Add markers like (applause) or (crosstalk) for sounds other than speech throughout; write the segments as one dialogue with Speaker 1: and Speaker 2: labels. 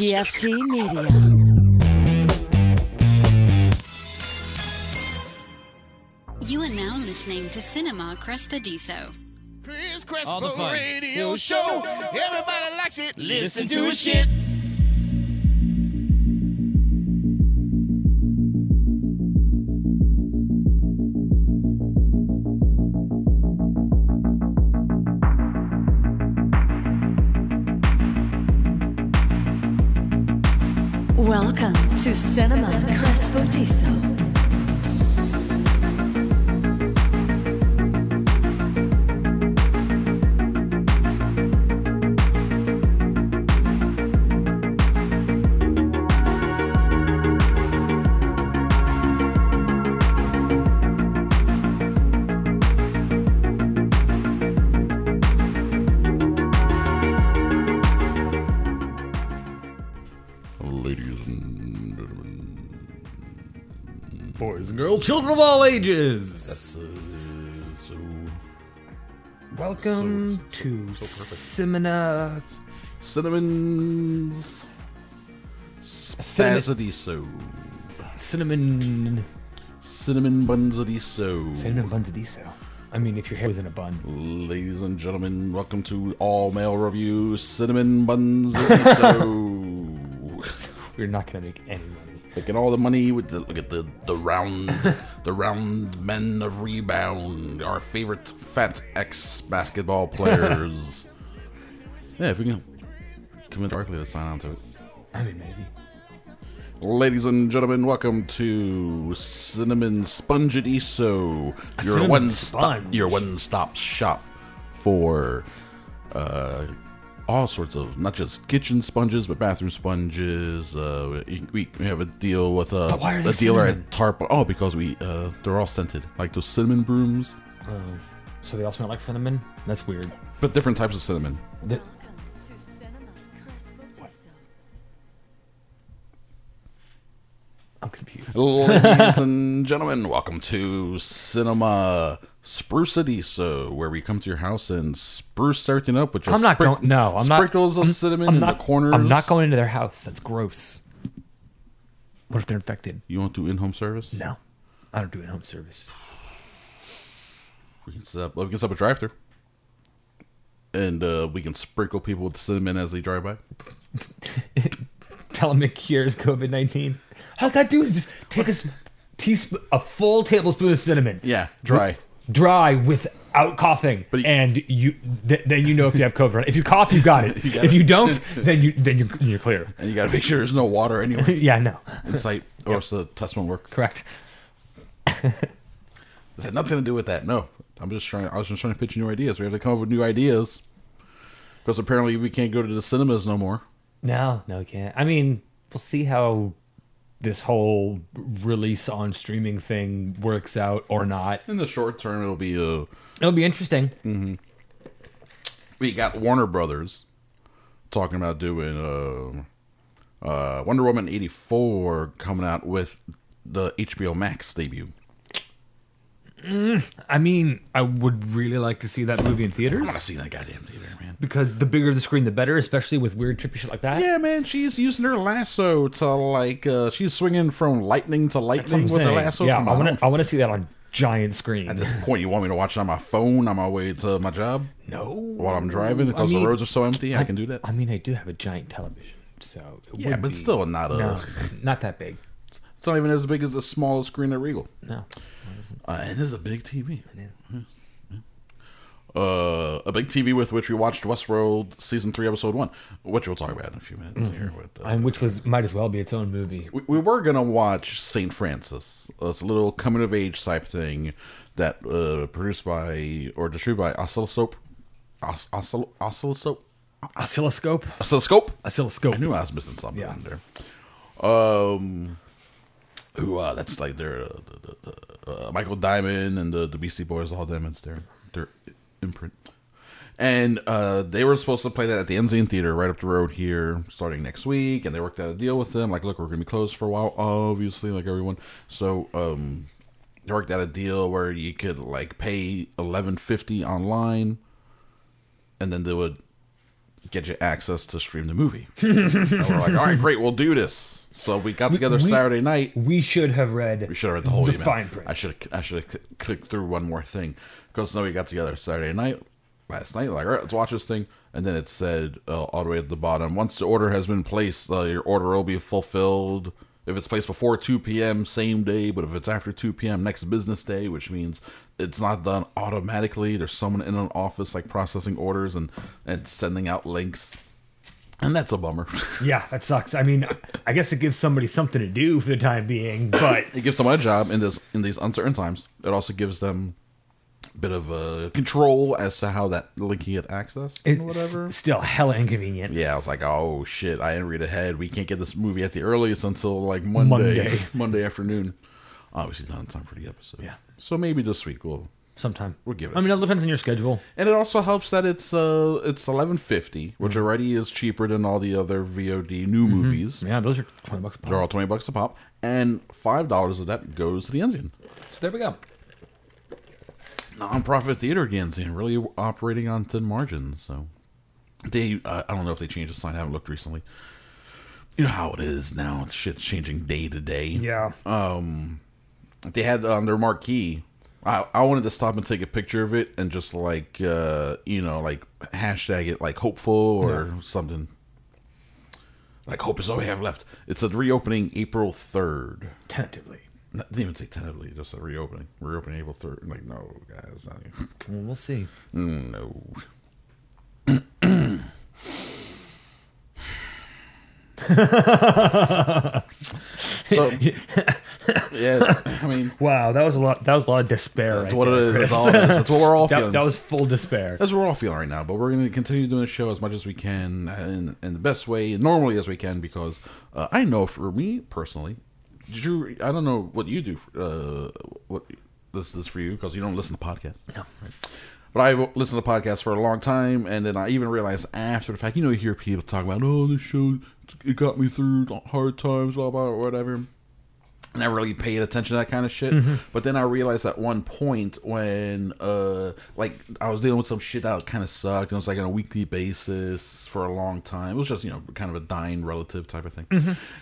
Speaker 1: PFT Media.
Speaker 2: You are now listening to Cinema Crespediso.
Speaker 3: Chris
Speaker 4: All the
Speaker 3: Crespo
Speaker 4: fun.
Speaker 3: Radio Show. Everybody likes it. Listen, to
Speaker 4: his
Speaker 3: his shit.
Speaker 1: Welcome to Cinema Crespodiso.
Speaker 5: Ladies and gentlemen,
Speaker 6: boys and girls.
Speaker 4: Children of all ages.
Speaker 5: so
Speaker 4: Welcome to Simina.
Speaker 5: cinnamons, spazadiso,
Speaker 4: Cinnamon.
Speaker 5: cinnamon bunzadiso.
Speaker 4: Cinnamon buns of diesel. I mean, if your hair was in a bun.
Speaker 5: Ladies and gentlemen, welcome to All Male Review Cinnamon Bunzadiso.
Speaker 4: We're not going to make any money.
Speaker 5: Making all the money with the look at the the round the round men of rebound, our favorite fat ex basketball players. yeah, if we can convince Barkley to sign on to it.
Speaker 4: I mean, maybe.
Speaker 5: Ladies and gentlemen, welcome to Cinnamon Spongediso, your
Speaker 4: cinnamon
Speaker 5: one stop,
Speaker 4: sponge.
Speaker 5: your one stop shop for uh, all sorts of not just kitchen sponges but bathroom sponges. Uh, we- we, we have a deal with uh,
Speaker 4: why are
Speaker 5: the
Speaker 4: they
Speaker 5: dealer
Speaker 4: cinnamon?
Speaker 5: at Tarp. Oh, because we uh, they're all scented like those cinnamon brooms,
Speaker 4: So they all smell like cinnamon? That's weird.
Speaker 5: but different types of cinnamon.
Speaker 4: The-
Speaker 1: Welcome to Cinema Crespodiso.
Speaker 4: I'm confused.
Speaker 5: Ladies and gentlemen, welcome to Cinema Sprucediso, where we come to your house and spruce everything up with just
Speaker 4: I'm not
Speaker 5: sprick-
Speaker 4: going. No, I'm not.
Speaker 5: sprinkles of
Speaker 4: I'm-
Speaker 5: cinnamon
Speaker 4: I'm
Speaker 5: in
Speaker 4: not-
Speaker 5: the corners.
Speaker 4: I'm not going into their house. That's gross. What if they're infected?
Speaker 5: You want to do in-home service?
Speaker 4: No. I don't do in-home service.
Speaker 5: We can set up. oh, We can set up a drive-thru, and uh, we can sprinkle people with cinnamon as they drive by.
Speaker 4: Tell them it cures COVID nineteen. All I gotta do is just take a s- teaspoon, a full tablespoon of cinnamon.
Speaker 5: Yeah, dry.
Speaker 4: dry without coughing,
Speaker 5: But you-
Speaker 4: and you th- then you know if you have COVID. or not. If you cough, you got
Speaker 5: (laughs)
Speaker 4: it.
Speaker 5: You got
Speaker 4: if
Speaker 5: it.
Speaker 4: you don't, then you then you're, you're clear.
Speaker 5: And you got to make sure there's no water anywhere
Speaker 4: (laughs) yeah, no,
Speaker 5: in sight, or else the test won't work.
Speaker 4: correct.
Speaker 5: This had nothing to do with that. No, I'm just trying. I was just trying to pitch you new ideas. We have to come up with new ideas because apparently we can't go to the cinemas no more.
Speaker 4: No, no, you can't. I mean, we'll see how this whole release on streaming thing works out or not.
Speaker 5: In the short term, it'll be uh,
Speaker 4: It'll be interesting.
Speaker 5: Mm. we got Warner Brothers talking about doing um uh, Wonder Woman eighty four coming out with the HBO Max debut.
Speaker 4: I mean, I would really like to see that movie in
Speaker 5: I
Speaker 4: theaters
Speaker 5: want to see that goddamn theater, man.
Speaker 4: because the bigger the screen, the better, especially with weird trippy shit like that.
Speaker 5: Yeah, man, she's using her lasso to like uh, she's swinging from lightning to
Speaker 4: That's what I'm
Speaker 5: lightning with her
Speaker 4: saying.
Speaker 5: lasso.
Speaker 4: Yeah,
Speaker 5: Come
Speaker 4: I
Speaker 5: on.
Speaker 4: want to. I want to see that on giant screen.
Speaker 5: At this point, you want me to watch it on my phone on my way to my job
Speaker 4: no,
Speaker 5: while I'm driving because
Speaker 4: mean-
Speaker 5: the roads are so empty. I, can do that.
Speaker 4: I mean, I do have a giant television, so it
Speaker 5: yeah,
Speaker 4: would
Speaker 5: but
Speaker 4: be-
Speaker 5: still not a.
Speaker 4: no, not that big.
Speaker 5: It's not even as big as the smallest screen at Regal.
Speaker 4: No,
Speaker 5: Uh, it is Mm-hmm. a big TV. Uh, a big TV with which we watched Westworld season three, episode one, which we'll talk about in a few minutes here. With uh,
Speaker 4: and which was might as well be its own movie.
Speaker 5: we, we were gonna watch Saint Francis. Uh, It's a little coming of age type thing that uh, produced by or distributed by Oscilloscope. Os- Oscill- Oscilloscope.
Speaker 4: Oscilloscope,
Speaker 5: Oscilloscope.
Speaker 4: oscilloscope.
Speaker 5: I knew I was missing something
Speaker 4: Yeah.
Speaker 5: in there. Um, who? Uh, that's like their uh, the, the, the, uh, Michael Diamond and the the BC Boys, all them. It's their their imprint. And uh, they were supposed to play that at the Enzian Theater right up the road here, starting next week. And they worked out a deal with them, like, look, we're gonna be closed for a while, obviously, like everyone. So um, they worked out a deal where you could like pay eleven fifty online, and then they would get you access to stream the movie. and we're like, all right, great, we'll do this. So we got together
Speaker 4: we-
Speaker 5: Saturday night.
Speaker 4: We should have read.
Speaker 5: We should have read the whole email.
Speaker 4: fine print.
Speaker 5: I should have I should have cl- clicked through one more thing because now we got together Saturday night last night. Like, all right, let's watch this thing, and then it said uh, all the way at the bottom. Once the order has been placed, uh, your order will be fulfilled. If it's placed before 2 p.m., same day, but if it's after 2 p.m., next business day, which means it's not done automatically. There's someone in an office like processing orders and, and sending out links. And that's a bummer. (laughs)
Speaker 4: yeah, that sucks. I mean, I guess it gives somebody something to do for the time
Speaker 5: (laughs)
Speaker 4: being, but
Speaker 5: it gives someone a job in this in these uncertain times. It also gives them a bit of uh, control as to how that linking it accessed and
Speaker 4: it's
Speaker 5: whatever.
Speaker 4: still hella inconvenient.
Speaker 5: Yeah, I was like, oh shit, I didn't read ahead. We can't get this movie at the earliest until like Monday,
Speaker 4: Monday.
Speaker 5: (laughs) Monday, afternoon. Obviously, not in time for the episode.
Speaker 4: Yeah.
Speaker 5: So maybe this week we'll.
Speaker 4: Sometime
Speaker 5: We'll give it
Speaker 4: I
Speaker 5: a
Speaker 4: mean, it depends on your schedule.
Speaker 5: And it also helps that it's uh it's eleven fifty, which
Speaker 4: Mm-hmm.
Speaker 5: already is cheaper than all the other VOD new movies.
Speaker 4: Yeah, those are twenty bucks. a pop.
Speaker 5: They're all twenty bucks a pop, and five dollars of that goes to the Enzian.
Speaker 4: So there we go.
Speaker 5: nonprofit theater again, and really operating on thin margins. So they, uh, I don't know if they changed the sign. I haven't looked recently. You know how it is now. Shit's changing day to day.
Speaker 4: Yeah.
Speaker 5: Uh, They had on their marquee. I, I wanted to stop and take a picture of it and just like uh, you know like hashtag it like hopeful or something. Like hope is all we have left. It's a reopening April third.
Speaker 4: Tentatively.
Speaker 5: Not, didn't even say tentatively, just a reopening. Reopening April third. Like no guys, not even.
Speaker 4: Well, we'll see.
Speaker 5: (laughs) No. so yeah, I mean
Speaker 4: (laughs) Wow, that was a lot. That was a lot of despair.
Speaker 5: that's
Speaker 4: right
Speaker 5: what it
Speaker 4: there,
Speaker 5: is.
Speaker 4: Chris.
Speaker 5: That's all it is. That's what we're all feeling.
Speaker 4: (laughs) that, that was full despair.
Speaker 5: that's what we're all feeling right now. But we're going to continue doing the show as much as we can and in the best way, normally as we can, because uh, I know for me personally, Drew. I don't know what you do. For, uh, what this is for you because you don't listen to podcasts. No. But I listened to podcasts for a long time, and then I even realized after the fact, you know, you hear people talk about, oh, this show, it got me through hard times, blah, blah, whatever. Never really paid attention to that kind of shit. But then I realized at one point when, uh, like, I was dealing with some shit that kind of sucked, and it was like on a weekly basis for a long time. It was just, you know, kind of a dying relative type of thing.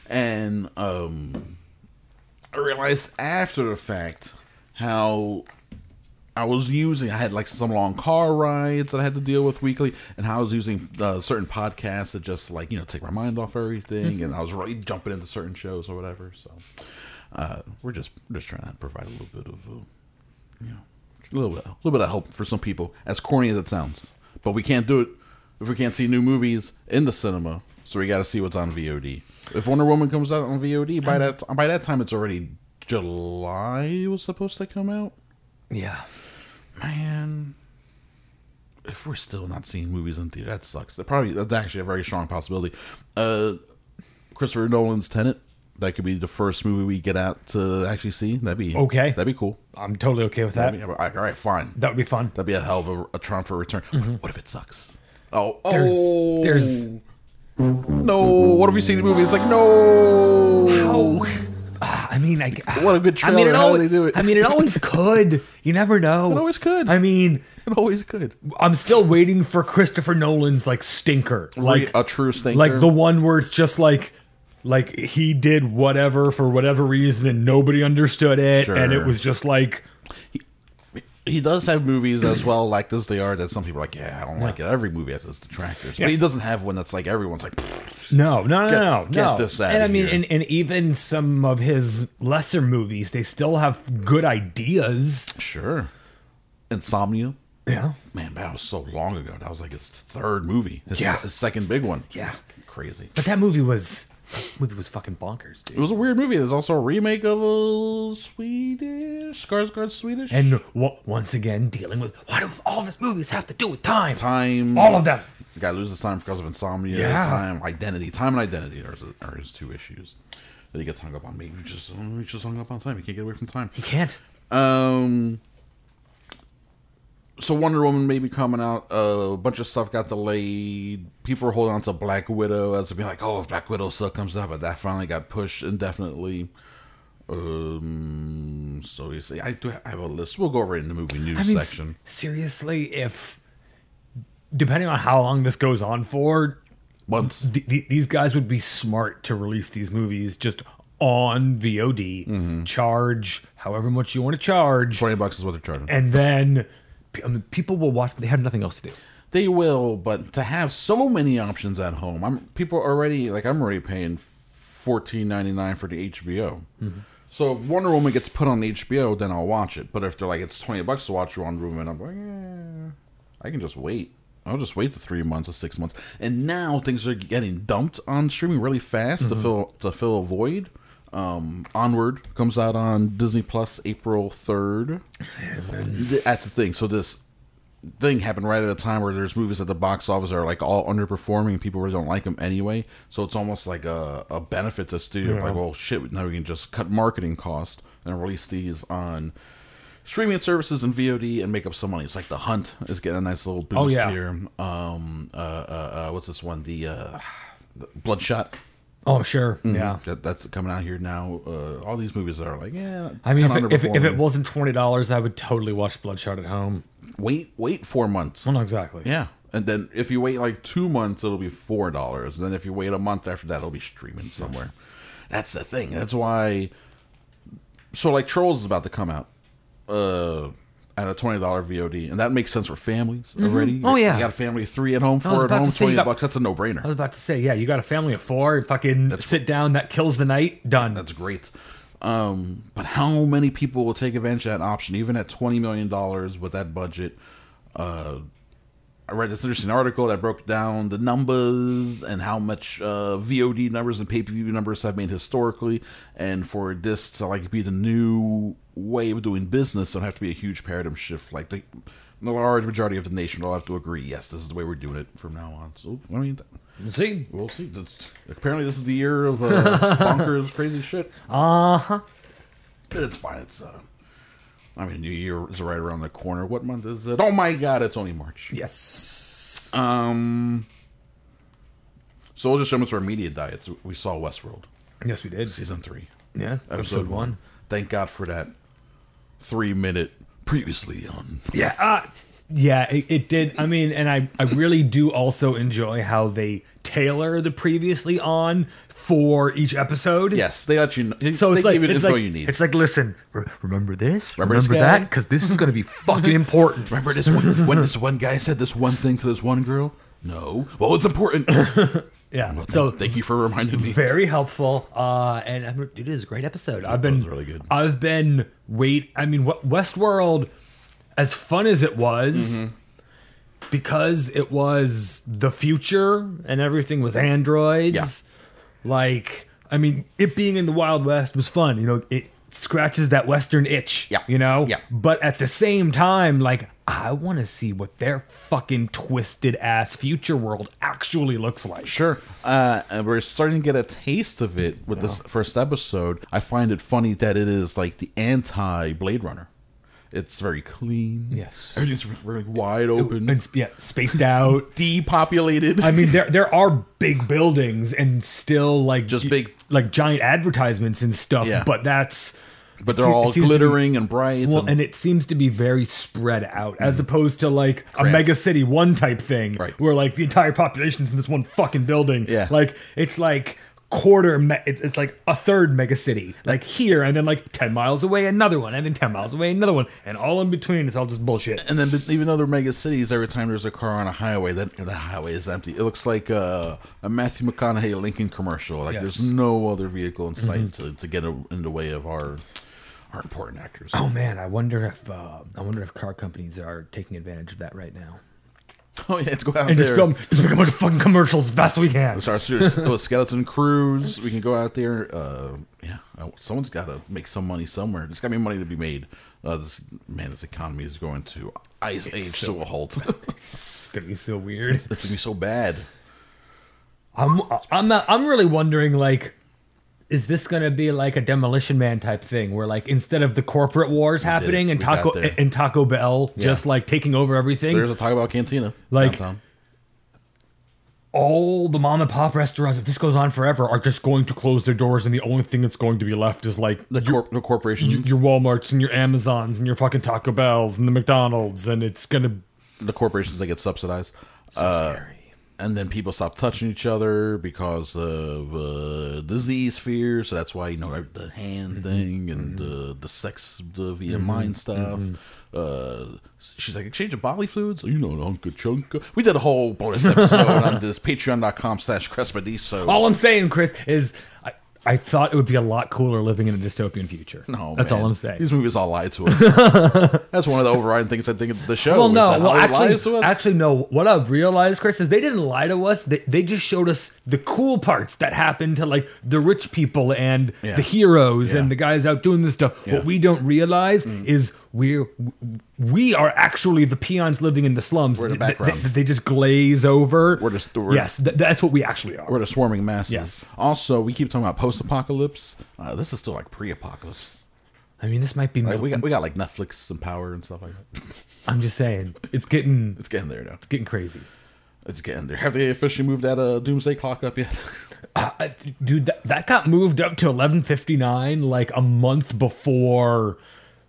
Speaker 5: And, um, I realized after the fact how I was using. I had like some long car rides that I had to deal with weekly, and how I was using uh, certain podcasts to just like you know take my mind off everything, and I was really jumping into certain shows or whatever. So uh, we're just we're just trying to provide a little bit of uh, you know a little bit a little bit of help for some people, as corny as it sounds. But we can't do it if we can't see new movies in the cinema. So we got to see what's on VOD. If Wonder Woman comes out on VOD by that by that time, it's already July. It was supposed to come out
Speaker 4: Yeah.
Speaker 5: man if we're still not seeing movies in theater that sucks that probably that's actually a very strong possibility uh christopher nolan's tenant that could be the first movie we get out to actually see that'd be
Speaker 4: Okay.
Speaker 5: that'd be cool
Speaker 4: I'm totally okay with
Speaker 5: that'd
Speaker 4: that.
Speaker 5: be, all right all right, fine
Speaker 4: That would be fun.
Speaker 5: that'd be a hell of a, a triumph for return what if it sucks oh
Speaker 4: There's-
Speaker 5: oh,
Speaker 4: there's-
Speaker 5: no what if we see the movie it's like no
Speaker 4: I mean, I,
Speaker 5: What a good
Speaker 4: I mean,
Speaker 5: trailer. How did
Speaker 4: it always,
Speaker 5: they do it?
Speaker 4: I mean,
Speaker 5: (laughs)
Speaker 4: it always could. You never know. It
Speaker 5: always could.
Speaker 4: I mean,
Speaker 5: (laughs) it always could
Speaker 4: I'm still waiting for Christopher Nolan's like stinker, like
Speaker 5: a true stinker?
Speaker 4: like the one where it's just like, like he did whatever for whatever reason and nobody understood it, and
Speaker 5: Sure.
Speaker 4: it was just like,
Speaker 5: he does have movies
Speaker 4: (clears throat)
Speaker 5: as well, like this they are, that some people are like, yeah, I don't like it. Every movie has its detractors. But he doesn't have one that's like everyone's like,
Speaker 4: No, no, no,
Speaker 5: Get-
Speaker 4: no,
Speaker 5: get
Speaker 4: no.
Speaker 5: this
Speaker 4: and
Speaker 5: outta
Speaker 4: I mean,
Speaker 5: here.
Speaker 4: and, and even some of his lesser movies, they still have good ideas.
Speaker 5: sure. Insomnia.
Speaker 4: Yeah,
Speaker 5: Man, that was so long ago. That was like his third movie. His,
Speaker 4: Yeah.
Speaker 5: his second big one.
Speaker 4: Yeah.
Speaker 5: Crazy.
Speaker 4: but that movie was that movie was fucking bonkers, dude.
Speaker 5: It was a weird movie. There's also a remake of a Swedish, Skarsgård Swedish.
Speaker 4: And w- once again, dealing with why do all of his movies have to do with time?
Speaker 5: time.
Speaker 4: All of them.
Speaker 5: The guy loses time because of insomnia.
Speaker 4: Yeah.
Speaker 5: Time, identity. Time and identity are his, are his two issues. That he gets hung up on. Maybe he's just, he's just hung up on time. He can't get away from time.
Speaker 4: You can't.
Speaker 5: Um, so Wonder Woman may be coming out. Uh, a bunch of stuff got delayed. People were holding on to Black Widow as to be like, oh, if Black Widow still comes out, but that finally got pushed indefinitely. Um, so you see, I do have a list. We'll go over it in the movie news
Speaker 4: I mean, s-
Speaker 5: section.
Speaker 4: seriously, if depending on how long this goes on for,
Speaker 5: Once.
Speaker 4: th- th- these guys would be smart to release these movies just on VOD, charge however much you want to charge,
Speaker 5: 20 bucks is what they're charging.
Speaker 4: and then pe- I mean, people will watch. They have nothing else to do.
Speaker 5: They will, but to have so many options at home, I'm people are already like I'm already paying fourteen ninety nine for the HBO. So if Wonder Woman gets put on HBO, then I'll watch it. But if they're like it's twenty bucks to watch Wonder Woman, I'm like, yeah, I can just wait. I'll just wait the three months or six months. And now things are getting dumped on streaming really fast to fill to fill a void. Um, Onward comes out on Disney Plus April third. That's the thing. So this thing happened right at a time where there's movies at the box office that are like all underperforming and people really don't like them anyway. So it's almost like a, a benefit to studio. Like, well, shit, now we can just cut marketing costs and release these on streaming services and VOD and make up some money. It's like The Hunt is getting a nice little boost
Speaker 4: Oh, yeah.
Speaker 5: here. Um, uh, uh, uh, what's this one? The uh, Bloodshot. Mm-hmm.
Speaker 4: Oh sure, yeah.
Speaker 5: That, that's coming out here now. Uh, all these movies that are like, yeah.
Speaker 4: I mean, if
Speaker 5: kinda
Speaker 4: it, if, it- if it
Speaker 5: underperforming.
Speaker 4: wasn't twenty dollars, I would totally watch Bloodshot at home.
Speaker 5: wait, wait four months.
Speaker 4: Well, not exactly.
Speaker 5: Yeah. And then if you wait like two months, it'll be four dollars. And then if you wait a month after that, it'll be streaming somewhere. That's the thing. That's why. So like Trolls is about to come out, uh, at a twenty dollar VOD, and that makes sense for families already.
Speaker 4: Oh, yeah.
Speaker 5: you got a family of three at home,
Speaker 4: I was
Speaker 5: four at
Speaker 4: about to
Speaker 5: home,
Speaker 4: say, you
Speaker 5: twenty
Speaker 4: got-
Speaker 5: bucks. That's a no brainer.
Speaker 4: I was about to say, yeah, you got a family of four. Fucking sit down. That kills the night. Done.
Speaker 5: That's great. Um, but how many people will take advantage of that option, even at twenty million dollars with that budget? Uh, I read this interesting article that broke down the numbers and how much uh, VOD numbers and pay per view numbers have made historically, and for this to like be the new way of doing business, it'll have to be a huge paradigm shift. Like the, the large majority of the nation will have to agree, yes, this is the way we're doing it from now on. So I mean,
Speaker 4: See,
Speaker 5: we'll see. That's, apparently, this is the year of
Speaker 4: (laughs)
Speaker 5: uh, bonkers, crazy shit.
Speaker 4: uh huh.
Speaker 5: But it's fine. It's uh, I mean, New Year is right around the corner. What month is it? Oh my God, it's only March.
Speaker 4: Yes.
Speaker 5: Um, so we'll just jump into our media diets. We saw Westworld
Speaker 4: yes, we did.
Speaker 5: season three,
Speaker 4: Yeah, episode, one.
Speaker 5: Thank God for that three minute previously um, on.
Speaker 4: Yeah, uh, yeah, it, it did. I mean, and I, I really do also enjoy how they tailor the previously on for each episode.
Speaker 5: Yes, they let you. Know,
Speaker 4: So
Speaker 5: they
Speaker 4: it's like
Speaker 5: give you the
Speaker 4: it's
Speaker 5: info
Speaker 4: like,
Speaker 5: you need.
Speaker 4: it's like listen, re- remember this,
Speaker 5: Remember
Speaker 4: remember,
Speaker 5: this guy?
Speaker 4: that, because this is going
Speaker 5: (laughs)
Speaker 4: to be fucking important.
Speaker 5: Remember this one when this one guy said this one thing to this one girl. No, well, it's important.
Speaker 4: Yeah.
Speaker 5: so
Speaker 4: so
Speaker 5: thank you for reminding me.
Speaker 4: very helpful. Uh, and I'm, it is a great episode. I've been
Speaker 5: was really good.
Speaker 4: I've been wait. I mean, what Westworld, as fun as it was,
Speaker 5: Mm-hmm.
Speaker 4: because it was the future and everything with androids.
Speaker 5: Yeah.
Speaker 4: Like, I mean, it being in the Wild West was fun. You know, it scratches that Western itch.
Speaker 5: Yeah.
Speaker 4: You know.
Speaker 5: Yeah.
Speaker 4: But at the same time, like. I want to see what their fucking twisted ass future world actually looks like.
Speaker 5: Sure. Uh, and we're starting to get a taste of it with this first episode. I find it funny that it is like the anti Blade Runner. It's very clean.
Speaker 4: Yes.
Speaker 5: Everything's re- really wide open.
Speaker 4: and sp- yeah, spaced out.
Speaker 5: depopulated.
Speaker 4: (laughs) I (laughs) mean, there there are big buildings and still like
Speaker 5: Just
Speaker 4: y-
Speaker 5: big-
Speaker 4: like giant advertisements and stuff.
Speaker 5: Yeah.
Speaker 4: But that's
Speaker 5: but they're
Speaker 4: it
Speaker 5: all
Speaker 4: seems to be-
Speaker 5: glittering and bright.
Speaker 4: well,
Speaker 5: and,
Speaker 4: and it seems to be very spread out as opposed to like a
Speaker 5: Mm. Correct.
Speaker 4: mega city one type thing,
Speaker 5: Right.
Speaker 4: where like the entire population's in this one fucking building.
Speaker 5: Yeah.
Speaker 4: like it's like quarter me- it's, it's like a third mega city like here and then like 10 miles away another one and then 10 miles away another one and all in between it's all just bullshit
Speaker 5: and then, but even though they're mega cities, every time there's a car on a highway, that the highway is empty. It looks like uh, a Matthew McConaughey Lincoln commercial. Like
Speaker 4: Yes.
Speaker 5: there's
Speaker 4: Mm-hmm.
Speaker 5: no other vehicle in sight to, to get a, in the way of our our important actors.
Speaker 4: Oh man, I wonder if uh, I wonder if car companies are taking advantage of that right now
Speaker 5: (laughs) Oh, yeah, let's go out
Speaker 4: and
Speaker 5: there
Speaker 4: just film, just make a bunch of fucking commercials as fast as we can.
Speaker 5: Start a skeleton cruise. We can go out there. Uh, yeah, uh, someone's got to make some money somewhere. There's got to be money to be made. Uh, this man, this economy is going to ice age to a halt. (laughs) it's going
Speaker 4: It's gonna be so weird.
Speaker 5: to be so bad.
Speaker 4: (laughs) I'm I'm not, I'm really wondering like, is this gonna be like a Demolition Man type thing where like instead of the corporate wars happening and
Speaker 5: We got
Speaker 4: Taco
Speaker 5: there.
Speaker 4: and Taco Bell just like taking over everything,
Speaker 5: There's a talk about cantina.
Speaker 4: Like-
Speaker 5: downtown.
Speaker 4: all the mom and pop restaurants, if this goes on forever, are just going to close their doors, and the only thing that's going to be left is like
Speaker 5: the,
Speaker 4: your-
Speaker 5: cor- the corporations,
Speaker 4: your WalMarts and your Amazons and your fucking Taco Bells and the McDonald's, and it's gonna
Speaker 5: the corporations that get subsidized. Uh, and then people stopped touching each other because of uh, disease fear. So that's why you know the hand
Speaker 4: Mm-hmm.
Speaker 5: thing and the the sex the via mind stuff.
Speaker 4: Mm-hmm.
Speaker 5: Uh, she's like exchange of bodily fluids. You know, Uncle Chunka. We did a whole bonus episode on
Speaker 4: (laughs)
Speaker 5: this Patreon.com/slash Crespediso.
Speaker 4: All I'm saying, Chris, is I, I thought it would be a lot cooler living in a dystopian future.
Speaker 5: No,
Speaker 4: that's
Speaker 5: man.
Speaker 4: all I'm saying.
Speaker 5: These movies all lie to
Speaker 4: (laughs)
Speaker 5: us. that's one of the overriding things I think of the show.
Speaker 4: well,
Speaker 5: is
Speaker 4: no.
Speaker 5: that
Speaker 4: Well,
Speaker 5: Hollywood
Speaker 4: actually,
Speaker 5: lies to us.
Speaker 4: actually, no. What I've realized, Chris, is they didn't lie to us. They, they just showed us the cool parts that happened to like the rich people and
Speaker 5: Yeah.
Speaker 4: the heroes
Speaker 5: Yeah.
Speaker 4: and the guys out doing this stuff.
Speaker 5: Yeah. Mm.
Speaker 4: What we don't realize is we're we are actually the peons living in the slums.
Speaker 5: We're the
Speaker 4: Th- th-
Speaker 5: background.
Speaker 4: They, they just glaze over.
Speaker 5: We're just- we're-
Speaker 4: yes, th- that's what we actually are.
Speaker 5: We're the swarming masses.
Speaker 4: Yes.
Speaker 5: Also, we keep talking about post-apocalypse. Uh, this is still like pre-apocalypse.
Speaker 4: I mean, this might be.
Speaker 5: Like, we got we got like Netflix and Power and stuff like that. (laughs)
Speaker 4: I'm just saying, it's getting
Speaker 5: It's getting there now.
Speaker 4: it's getting crazy.
Speaker 5: It's getting there. Have they officially moved that uh, doomsday clock up yet? (laughs)
Speaker 4: Uh, I- dude, that, that got moved up to 11:59 like a month before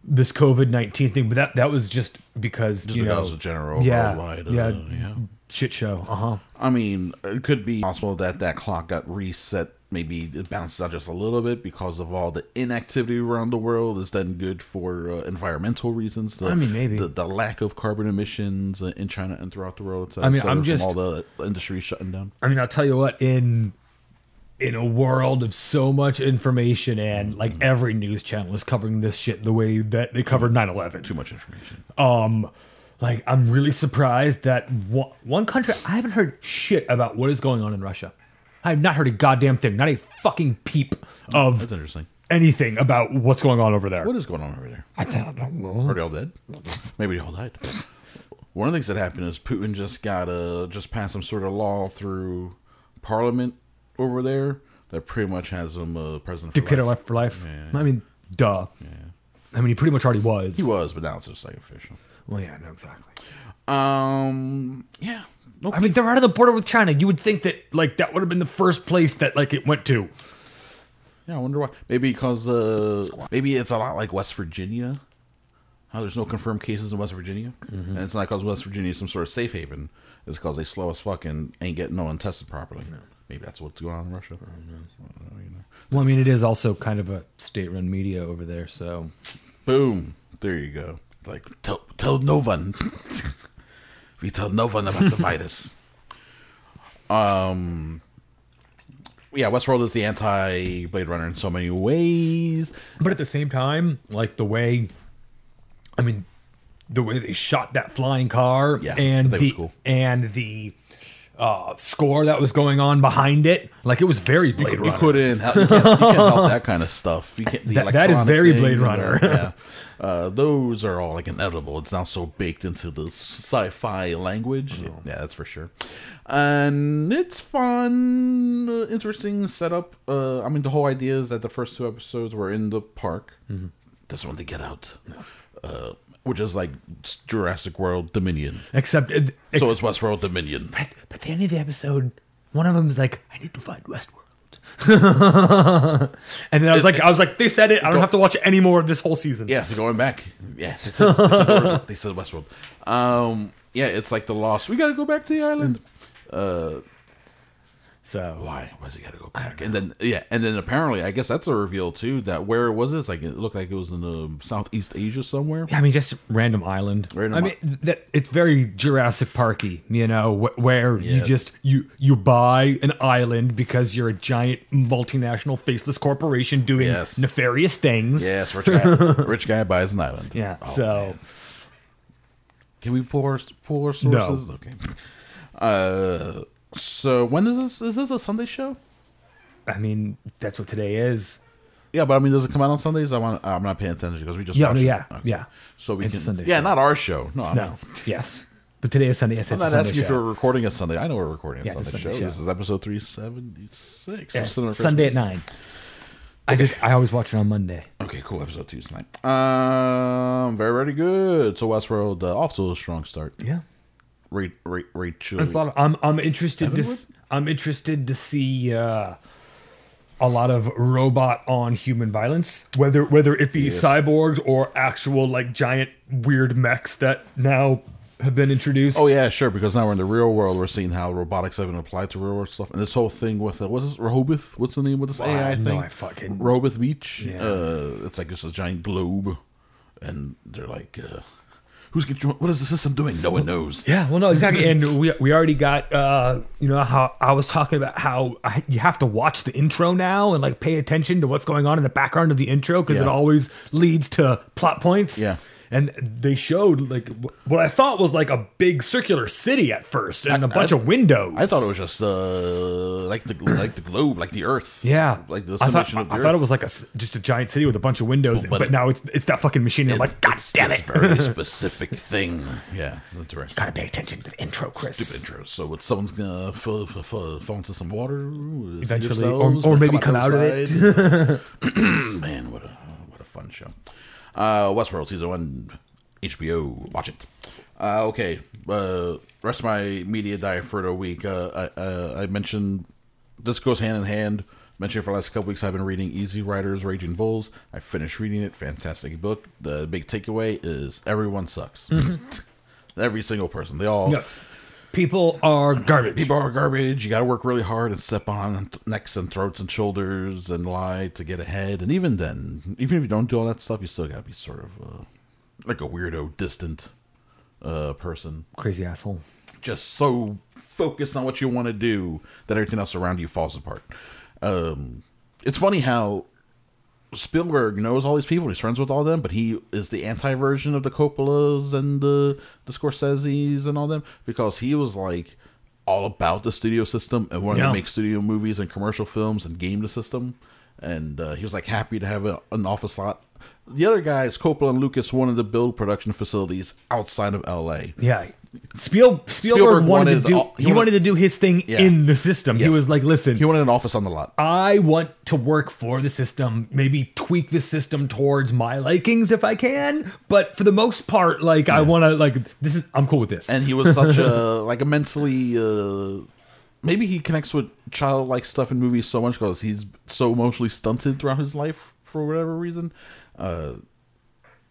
Speaker 4: this COVID-19 thing, but that that was just because you
Speaker 5: because
Speaker 4: know
Speaker 5: of general
Speaker 4: yeah,
Speaker 5: worldwide, uh,
Speaker 4: yeah,
Speaker 5: yeah.
Speaker 4: shit show. Uh-huh.
Speaker 5: I mean, it could be possible that that clock got reset. Maybe it bounces out just a little bit because of all the inactivity around the world. Is then good for uh, environmental reasons. The,
Speaker 4: I mean, maybe.
Speaker 5: the, the lack of carbon emissions uh, in China and throughout the world. uh,
Speaker 4: I mean,
Speaker 5: So
Speaker 4: I'm
Speaker 5: from
Speaker 4: just-
Speaker 5: all the industry shutting down.
Speaker 4: I mean, I'll tell you what in in a world of so much information and like
Speaker 5: Mm-hmm.
Speaker 4: every news channel is covering this shit the way that they covered 9/11.
Speaker 5: Too much information.
Speaker 4: Um, like I'm really surprised that one, one country I haven't heard shit about what is going on in Russia. I have not heard a goddamn thing, not a fucking peep
Speaker 5: That's
Speaker 4: of
Speaker 5: interesting.
Speaker 4: anything about what's going on over there.
Speaker 5: What is going on over there?
Speaker 4: I don't know.
Speaker 5: Are they all dead? Maybe they all died. One of the things that happened is Putin just got uh just passed some sort of law through Parliament over there that pretty much has him uh, president. for
Speaker 4: Dictator
Speaker 5: life.
Speaker 4: left for life. I mean, duh. I mean, he pretty much already was.
Speaker 5: He was, but now it's just like official.
Speaker 4: Well, yeah, no, exactly.
Speaker 5: Um, yeah, nope.
Speaker 4: I mean, they're out of the border with China. You would think that like that would have been the first place that like it went to.
Speaker 5: yeah. I wonder why. Maybe because uh, maybe it's a lot like West Virginia. How there's no confirmed cases in West Virginia, and it's not because West Virginia is some sort of safe haven. It's because they slow as fuck and ain't getting no one tested properly. Maybe that's what's going on in Russia. I don't know, you know.
Speaker 4: Well, I mean, it is also kind of a state-run media over there, so
Speaker 5: Boom. There you go. Like tell tell no one. (laughs) we tell no one about the virus. Um yeah, Westworld is the anti Blade Runner in so many ways.
Speaker 4: But at the same time, like the way, I mean, the way they shot that flying car
Speaker 5: Yeah,
Speaker 4: and
Speaker 5: that was
Speaker 4: the
Speaker 5: cool.
Speaker 4: and the uh, score that was going on behind it, like it was very Blade
Speaker 5: You
Speaker 4: Runner.
Speaker 5: couldn't help, you can't, you can't help that kind of stuff. You can't, the
Speaker 4: That- that is
Speaker 5: electronic
Speaker 4: very
Speaker 5: things
Speaker 4: Blade
Speaker 5: and
Speaker 4: Runner.
Speaker 5: the-
Speaker 4: (laughs)
Speaker 5: yeah. Uh, those are all like inedible. It's now so baked into the sci-fi language. Yeah, that's for sure. And it's fun, uh, interesting setup. Uh, I mean, the whole idea is that the first two episodes were in the park.
Speaker 4: Mm-hmm.
Speaker 5: This one they get out, uh, which is like Jurassic World Dominion.
Speaker 4: Except, it,
Speaker 5: So it's Westworld Dominion.
Speaker 4: but, but the end of the episode, one of them is like, "I need to find Westworld," (laughs) and then I was like, "I was like, they said it. I don't have to watch any more of this whole season."
Speaker 5: Yeah, they're going back. Yes, it's a,
Speaker 4: (laughs)
Speaker 5: it's a, they said Westworld. Um, yeah, it's like the lost. We got to go back to the island.
Speaker 4: So
Speaker 5: Why? Why's he got to go back? And then yeah, and then apparently, I guess that's a reveal too. That where was this? Like it looked like it was in um, Southeast Asia somewhere.
Speaker 4: I mean, just random island.
Speaker 5: Random
Speaker 4: I
Speaker 5: i-
Speaker 4: mean, that it's very Jurassic Parky, you know, wh- where you
Speaker 5: Yes.
Speaker 4: just you you buy an island because you're a giant multinational faceless corporation doing
Speaker 5: Yes.
Speaker 4: nefarious things.
Speaker 5: Yes, rich
Speaker 4: (laughs)
Speaker 5: guy. rich guy buys an island.
Speaker 4: Yeah,
Speaker 5: Oh,
Speaker 4: so
Speaker 5: can we pour pour sources? Okay. Uh, so when is this? Is this a Sunday show?
Speaker 4: I mean, that's what today is.
Speaker 5: Yeah, but I mean, does it come out on Sundays? I want. I'm not paying attention because we just
Speaker 4: Yeah,
Speaker 5: watched
Speaker 4: no,
Speaker 5: it.
Speaker 4: yeah,
Speaker 5: Okay.
Speaker 4: yeah.
Speaker 5: So we
Speaker 4: It's
Speaker 5: can.
Speaker 4: a Sunday
Speaker 5: yeah,
Speaker 4: show.
Speaker 5: not our show. No, I'm
Speaker 4: No, yes, but today is Sunday. Yes,
Speaker 5: I'm
Speaker 4: it's
Speaker 5: not
Speaker 4: a Sunday
Speaker 5: asking if
Speaker 4: show.
Speaker 5: you're recording a Sunday. I know we're recording a
Speaker 4: Yeah,
Speaker 5: Sunday,
Speaker 4: it's a
Speaker 5: show.
Speaker 4: Sunday
Speaker 5: This
Speaker 4: show.
Speaker 5: is episode 376.
Speaker 4: Yes,
Speaker 5: We're still in our first
Speaker 4: Sunday at
Speaker 5: week.
Speaker 4: nine. I just I always watch it on Monday.
Speaker 5: Okay, cool. Episode two tonight. Um, very, very good. So Westworld uh, off to a strong start.
Speaker 4: Yeah.
Speaker 5: Ra- Ra- Rachel.
Speaker 4: I thought I'm I'm interested to
Speaker 5: Evan
Speaker 4: s- I'm interested to see uh, a lot of robot on human violence, whether whether it be cyborgs or actual like giant weird mechs that now have been introduced.
Speaker 5: Oh yeah, sure. Because now we're in the real world. We're seeing how robotics have been applied to real world stuff, and this whole thing with uh, what's this Rehoboth? What's the name of this
Speaker 4: Well,
Speaker 5: AI
Speaker 4: I- no,
Speaker 5: thing?
Speaker 4: I fucking-
Speaker 5: Rehoboth Beach.
Speaker 4: Yeah.
Speaker 5: Uh, it's like just a giant globe, and they're like, uh, "Who's control? What is the system doing? No one knows."
Speaker 4: Yeah, well, no, exactly. And we we already got uh, you know how I was talking about how I, you have to watch the intro now and like pay attention to what's going on in the background of the intro because it
Speaker 5: Yeah.
Speaker 4: always leads to plot points.
Speaker 5: Yeah.
Speaker 4: And they showed like wh- what I thought was like a big circular city at first and a bunch of windows.
Speaker 5: I thought it was just uh, like the like the globe, like the Earth.
Speaker 4: Yeah,
Speaker 5: like the
Speaker 4: I thought,
Speaker 5: simulation of the
Speaker 4: I
Speaker 5: Earth.
Speaker 4: thought it was like a s- just a giant city with a bunch of windows,
Speaker 5: but
Speaker 4: but,
Speaker 5: it-
Speaker 4: now it's it's that fucking machine. And I'm like, God
Speaker 5: it's
Speaker 4: damn
Speaker 5: this
Speaker 4: it! (laughs)
Speaker 5: very specific thing. Yeah, that's right.
Speaker 4: Gotta pay attention to the intro, Chris.
Speaker 5: Stupid intro. So, what someone's gonna f- f- f- fall into some water see
Speaker 4: Eventually, or-
Speaker 5: themselves,
Speaker 4: or
Speaker 5: gonna
Speaker 4: maybe come out of
Speaker 5: the other
Speaker 4: (laughs)
Speaker 5: side. (clears throat) Man, what a what a fun show. Uh, Westworld season one, HBO. Watch it. Uh, okay, uh, rest of my media diet for the week. Uh, I, uh, I mentioned this goes hand in hand. Mentioned for the last couple weeks, I've been reading Easy Riders, Raging Bulls. I finished reading it. Fantastic book. The big takeaway is everyone sucks. (laughs) Every single person. They all
Speaker 4: Mm-hmm. Yes, people are garbage.
Speaker 5: people are garbage. You got to work really hard and step on th- necks and throats and shoulders and lie to get ahead. And even then, even if you don't do all that stuff, you still got to be sort of uh, like a weirdo, distant uh, person.
Speaker 4: crazy asshole.
Speaker 5: Just so focused on what you want to do that everything else around you falls apart. Um, it's funny how Spielberg knows all these people. He's friends with all them, but he is the anti version of the Coppolas and the the Scorseses and all them because he was like all about the studio system and wanted
Speaker 4: Yeah.
Speaker 5: to make studio movies and commercial films and game the system. And uh, he was like happy to have a, an office lot. The other guys, Coppola and Lucas, wanted to build production facilities outside of L.A.
Speaker 4: Yeah. Spiel, Spielberg,
Speaker 5: Spielberg
Speaker 4: wanted,
Speaker 5: wanted
Speaker 4: to do
Speaker 5: all-
Speaker 4: he,
Speaker 5: he
Speaker 4: wanted,
Speaker 5: wanted-
Speaker 4: to do his thing
Speaker 5: Yeah.
Speaker 4: in the system.
Speaker 5: Yes.
Speaker 4: He was like, "Listen,
Speaker 5: He wanted an office on the lot.
Speaker 4: I want to work for the system, maybe tweak the system towards my likings if I can, but for the most part like I want to like this is I'm cool with this."
Speaker 5: and he was such a (laughs) like immensely uh maybe he connects with childlike stuff in movies so much because he's so emotionally stunted throughout his life for whatever reason uh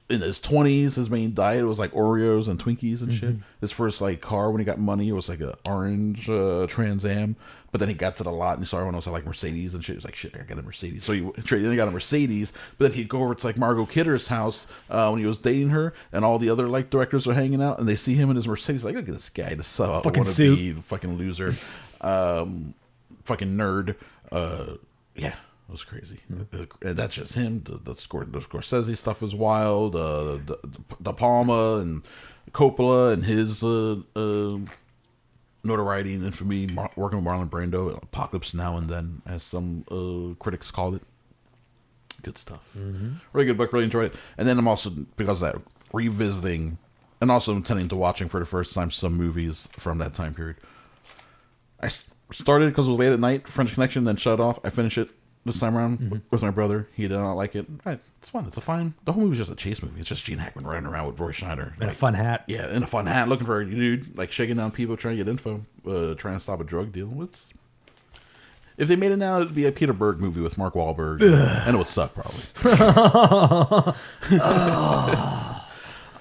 Speaker 5: in his 20s his main diet was like oreos and twinkies and
Speaker 4: Mm-hmm.
Speaker 5: shit his first like car when he got money it was like a orange uh, trans am but then he got to the lot and he saw everyone else had like mercedes and shit he was like shit i got a mercedes so he w- traded and he got a mercedes but then he'd go over to like margot kidder's house uh, when he was dating her and all the other like directors are hanging out and they see him in his mercedes like look at this guy this uh,
Speaker 4: Fucking
Speaker 5: wannabe
Speaker 4: suit.
Speaker 5: fucking loser um fucking nerd. Uh, yeah, it was crazy. Uh, that's just him. The, the, Scor- the Scorsese stuff is wild. Uh, the, the Palma and Coppola and his uh, uh, notoriety and infamy, Mar- working with Marlon Brando, Apocalypse Now and Then, as some uh, critics called it. Good stuff.
Speaker 4: Mm-hmm.
Speaker 5: Really good book. Really enjoyed it. And then I'm also because of that revisiting. And also intending to watching for the first time some movies from that time period. I s- started because it was late at night. French Connection, then shut off. I finished it this time around
Speaker 4: Mm-hmm.
Speaker 5: with my brother. He did not like it. I- it's fun. It's a fine. The whole movie's just a chase movie. It's just Gene Hackman running around with Roy Schneider.
Speaker 4: and a
Speaker 5: Like,
Speaker 4: fun hat.
Speaker 5: yeah, in a fun hat, looking for a dude, like shaking down people, trying to get info, uh, trying to stop a drug deal. It's if they made it now, it'd be a Peter Berg movie with Mark Wahlberg, and it would suck probably.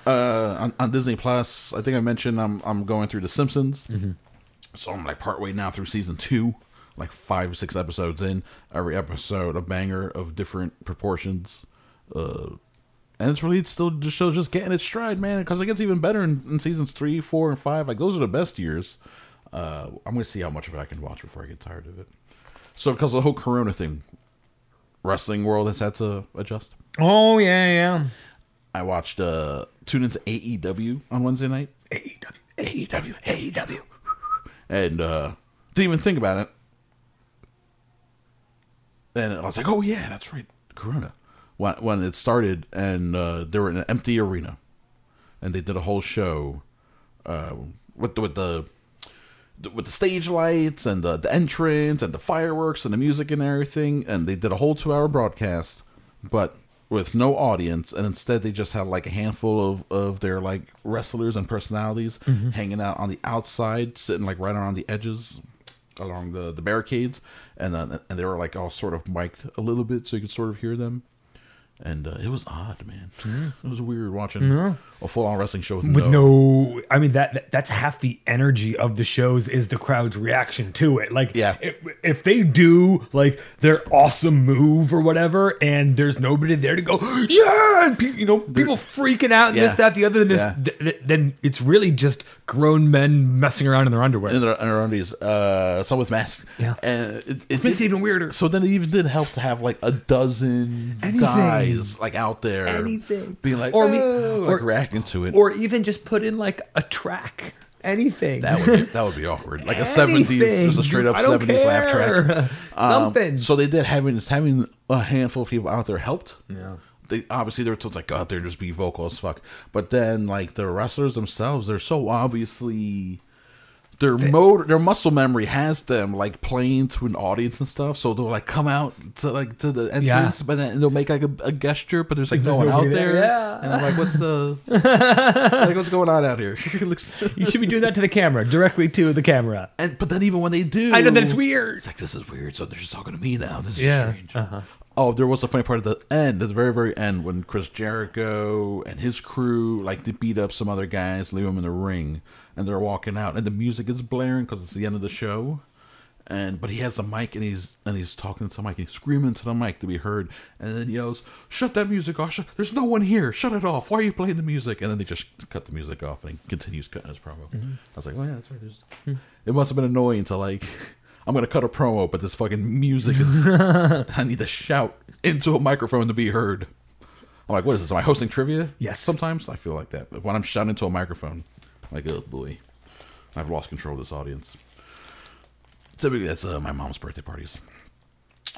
Speaker 5: uh, on, on Disney Plus, I think I mentioned I'm I'm going through The Simpsons, so I'm like partway now through season two, like five six episodes in. Every episode a banger of different proportions. Uh, and it's really still just shows just getting its stride, man. Because it gets even better in, in seasons three, four, and five. Like those are the best years. Uh, I'm gonna see how much of it I can watch before I get tired of it. So because of the whole Corona thing, wrestling world has had to adjust.
Speaker 4: Oh yeah,
Speaker 5: I watched uh, tune into AEW on Wednesday night.
Speaker 4: yeah. AEW, AEW, AEW.
Speaker 5: and uh, didn't even think about it. And I was like, "Oh yeah, that's right, Corona." When when it started, and uh, they were in an empty arena, and they did a whole show uh, with the, with the with the stage lights and the, the entrance and the fireworks and the music and everything, and they did a whole two hour broadcast, but with no audience, and instead they just had like a handful of, of their like wrestlers and personalities hanging out on the outside, sitting like right around the edges along the, the barricades, and then and they were like all sort of mic'd a little bit so you could sort of hear them and uh, it was odd, man. It was weird watching a full on wrestling show with,
Speaker 4: With
Speaker 5: no.
Speaker 4: no, I mean that, that that's half the energy of the shows is the crowd's reaction to it. Like,
Speaker 5: Yeah.
Speaker 4: if, if they do like their awesome move or whatever, and there's nobody there to go, (gasps) yeah, and pe- you know people freaking out and
Speaker 5: Yeah.
Speaker 4: this, that, the other, then,
Speaker 5: Yeah.
Speaker 4: this, th- th- then it's really just grown men messing around in their underwear.
Speaker 5: in their, in their undies, uh, some with masks.
Speaker 4: Yeah.
Speaker 5: and it, it
Speaker 4: makes it even weirder.
Speaker 5: So then it even did help to have like a dozen
Speaker 4: Anything.
Speaker 5: guys like out there,
Speaker 4: Anything.
Speaker 5: being like,
Speaker 4: Or
Speaker 5: or,
Speaker 4: me-
Speaker 5: like
Speaker 4: or-
Speaker 5: reacting to it.
Speaker 4: or even just put in like a track, anything.
Speaker 5: That would be, that would be awkward. Like a seventies, just a straight up
Speaker 4: I don't
Speaker 5: seventies laugh track.
Speaker 4: care.
Speaker 5: (laughs) Um,
Speaker 4: Something.
Speaker 5: So they did having having a handful of people out there helped.
Speaker 4: Yeah.
Speaker 5: They obviously they were told like go out there and just be vocal as fuck. But then like the wrestlers themselves, they're so obviously their motor, their muscle memory has them like playing to an audience and stuff. So they'll like come out to like to the entrance, but then they'll make like a, a gesture, but there's like no one out
Speaker 4: nobody
Speaker 5: there.
Speaker 4: there. Yeah.
Speaker 5: And I'm like, what's
Speaker 4: (laughs)
Speaker 5: the like what's going on out here? (laughs) It looks-
Speaker 4: you should be doing that to the camera, directly to the camera.
Speaker 5: and but then even when they do,
Speaker 4: I know that it's weird.
Speaker 5: It's like this is weird. So they're just talking to me now. This is
Speaker 4: Yeah,
Speaker 5: strange. Oh, there was a funny part at the end, at the very very end, when Chris Jericho and his crew like to beat up some other guys, leave them in the ring, and they're walking out, and the music is blaring because it's the end of the show. And but he has a mic and he's and he's talking to the mic, he's screaming to the mic to be heard, and then yells, "Shut that music off! Shut, there's no one here! Shut it off! Why are you playing the music?" And then they just cut the music off, and he continues cutting his promo. I was like, "Oh yeah, that's right." There's, It must have been annoying to like, (laughs) I'm gonna cut a promo, but this fucking music is.
Speaker 4: (laughs)
Speaker 5: I need to shout into a microphone to be heard. I'm like, what is this? Am I hosting trivia?
Speaker 4: Yes.
Speaker 5: Sometimes I feel like that. But when I'm shouting into a microphone, I'm like, oh boy, I've lost control of this audience. Typically, that's uh, my mom's birthday parties.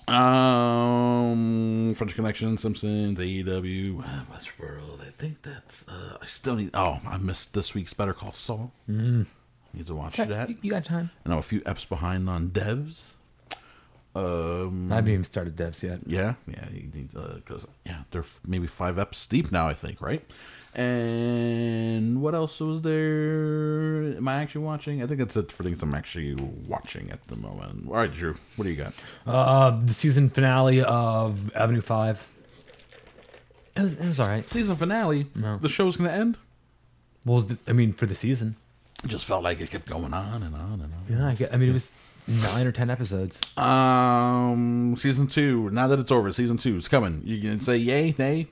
Speaker 5: Um, French Connection, Simpsons, AEW, uh, Westworld. I think that's. Uh, I still need. Oh, I missed this week's Better Call Saul. Mm. Need to watch that.
Speaker 4: You, you got time?
Speaker 5: And I'm a few eps behind on devs.
Speaker 4: I haven't even started devs yet.
Speaker 5: Yeah, yeah, you need because yeah, they're f- maybe five eps deep now, I think, right? And what else was there? Am I actually watching? I think that's it for things I'm actually watching at the moment. All right, Drew, what do you got?
Speaker 4: Uh, the season finale of Avenue Five. It was, it was all right.
Speaker 5: Season finale. The show's gonna end.
Speaker 4: Well, it was the, I mean, for the season,
Speaker 5: It just felt like it kept going on and on and on.
Speaker 4: yeah. I, get, I mean, it was nine or ten episodes.
Speaker 5: Um, season two. Now that it's over, season two is coming. You can say yay, nay.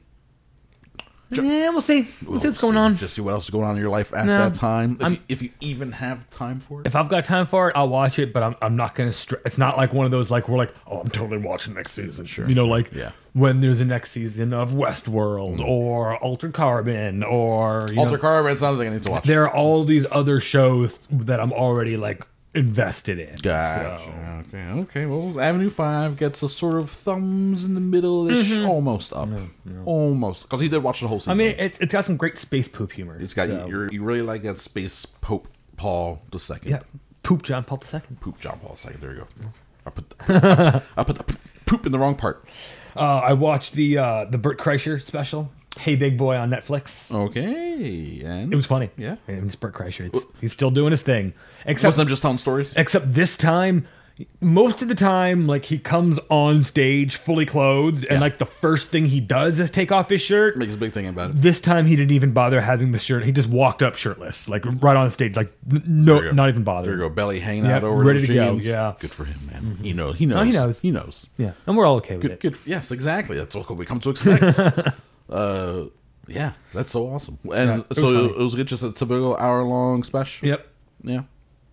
Speaker 4: yeah, we'll see. We'll, see what's going
Speaker 5: see-
Speaker 4: on.
Speaker 5: Just see what else is going on in your life at
Speaker 4: No,
Speaker 5: that time. If
Speaker 4: I'm-
Speaker 5: you, if you even have time for it.
Speaker 4: if I've got time for it, I'll watch it. But I'm, I'm not gonna. Str- it's not like one of those like we're like, oh, I'm totally watching next season. Sure, you know, like
Speaker 5: Yeah.
Speaker 4: when there's a next season of Westworld or Altered Carbon or you
Speaker 5: Alter
Speaker 4: know,
Speaker 5: Carbon, it's not something I need to watch.
Speaker 4: there are all these other shows that I'm already like invested in.
Speaker 5: Gotcha.
Speaker 4: So-
Speaker 5: Okay. Okay. Well, Avenue Five gets a sort of thumbs in the middle ish, almost up, almost because he did watch the whole season.
Speaker 4: I mean, it's, it's got some great space poop humor.
Speaker 5: it's got
Speaker 4: so-
Speaker 5: you. You really like that space Pope Paul the second.
Speaker 4: yeah, poop John Paul II.
Speaker 5: Poop John Paul the second. There you go. I put (laughs) the, I put the p- poop in the wrong part.
Speaker 4: Uh, I watched the uh, the Burt Kreischer special, Hey Big Boy, on Netflix.
Speaker 5: Okay. And
Speaker 4: It was funny.
Speaker 5: Yeah.
Speaker 4: I mean, it's Burt Kreischer. It's, he's still doing his thing. Except
Speaker 5: Wasn't it just telling stories.
Speaker 4: except this time most of the time like he comes on stage fully clothed and
Speaker 5: Yeah.
Speaker 4: like the first thing he does is take off his shirt
Speaker 5: Makes a big thing about it.
Speaker 4: this time he didn't even bother having the shirt he just walked up shirtless like right on stage like n-
Speaker 5: There you
Speaker 4: no
Speaker 5: go.
Speaker 4: not even
Speaker 5: There you
Speaker 4: bothered
Speaker 5: go. Belly hanging out
Speaker 4: Yeah,
Speaker 5: over
Speaker 4: ready
Speaker 5: his
Speaker 4: to go,
Speaker 5: jeans.
Speaker 4: yeah.
Speaker 5: Good for him, man. He knows. Mm-hmm. He knows.
Speaker 4: he knows.
Speaker 5: He knows.
Speaker 4: yeah and we're all okay with
Speaker 5: good,
Speaker 4: it
Speaker 5: good. Yes, exactly. That's what we come to expect.
Speaker 4: (laughs)
Speaker 5: uh, yeah, that's so awesome. And
Speaker 4: Yeah, it was
Speaker 5: so
Speaker 4: funny.
Speaker 5: it was good, just a typical hour long special.
Speaker 4: yep
Speaker 5: Yeah.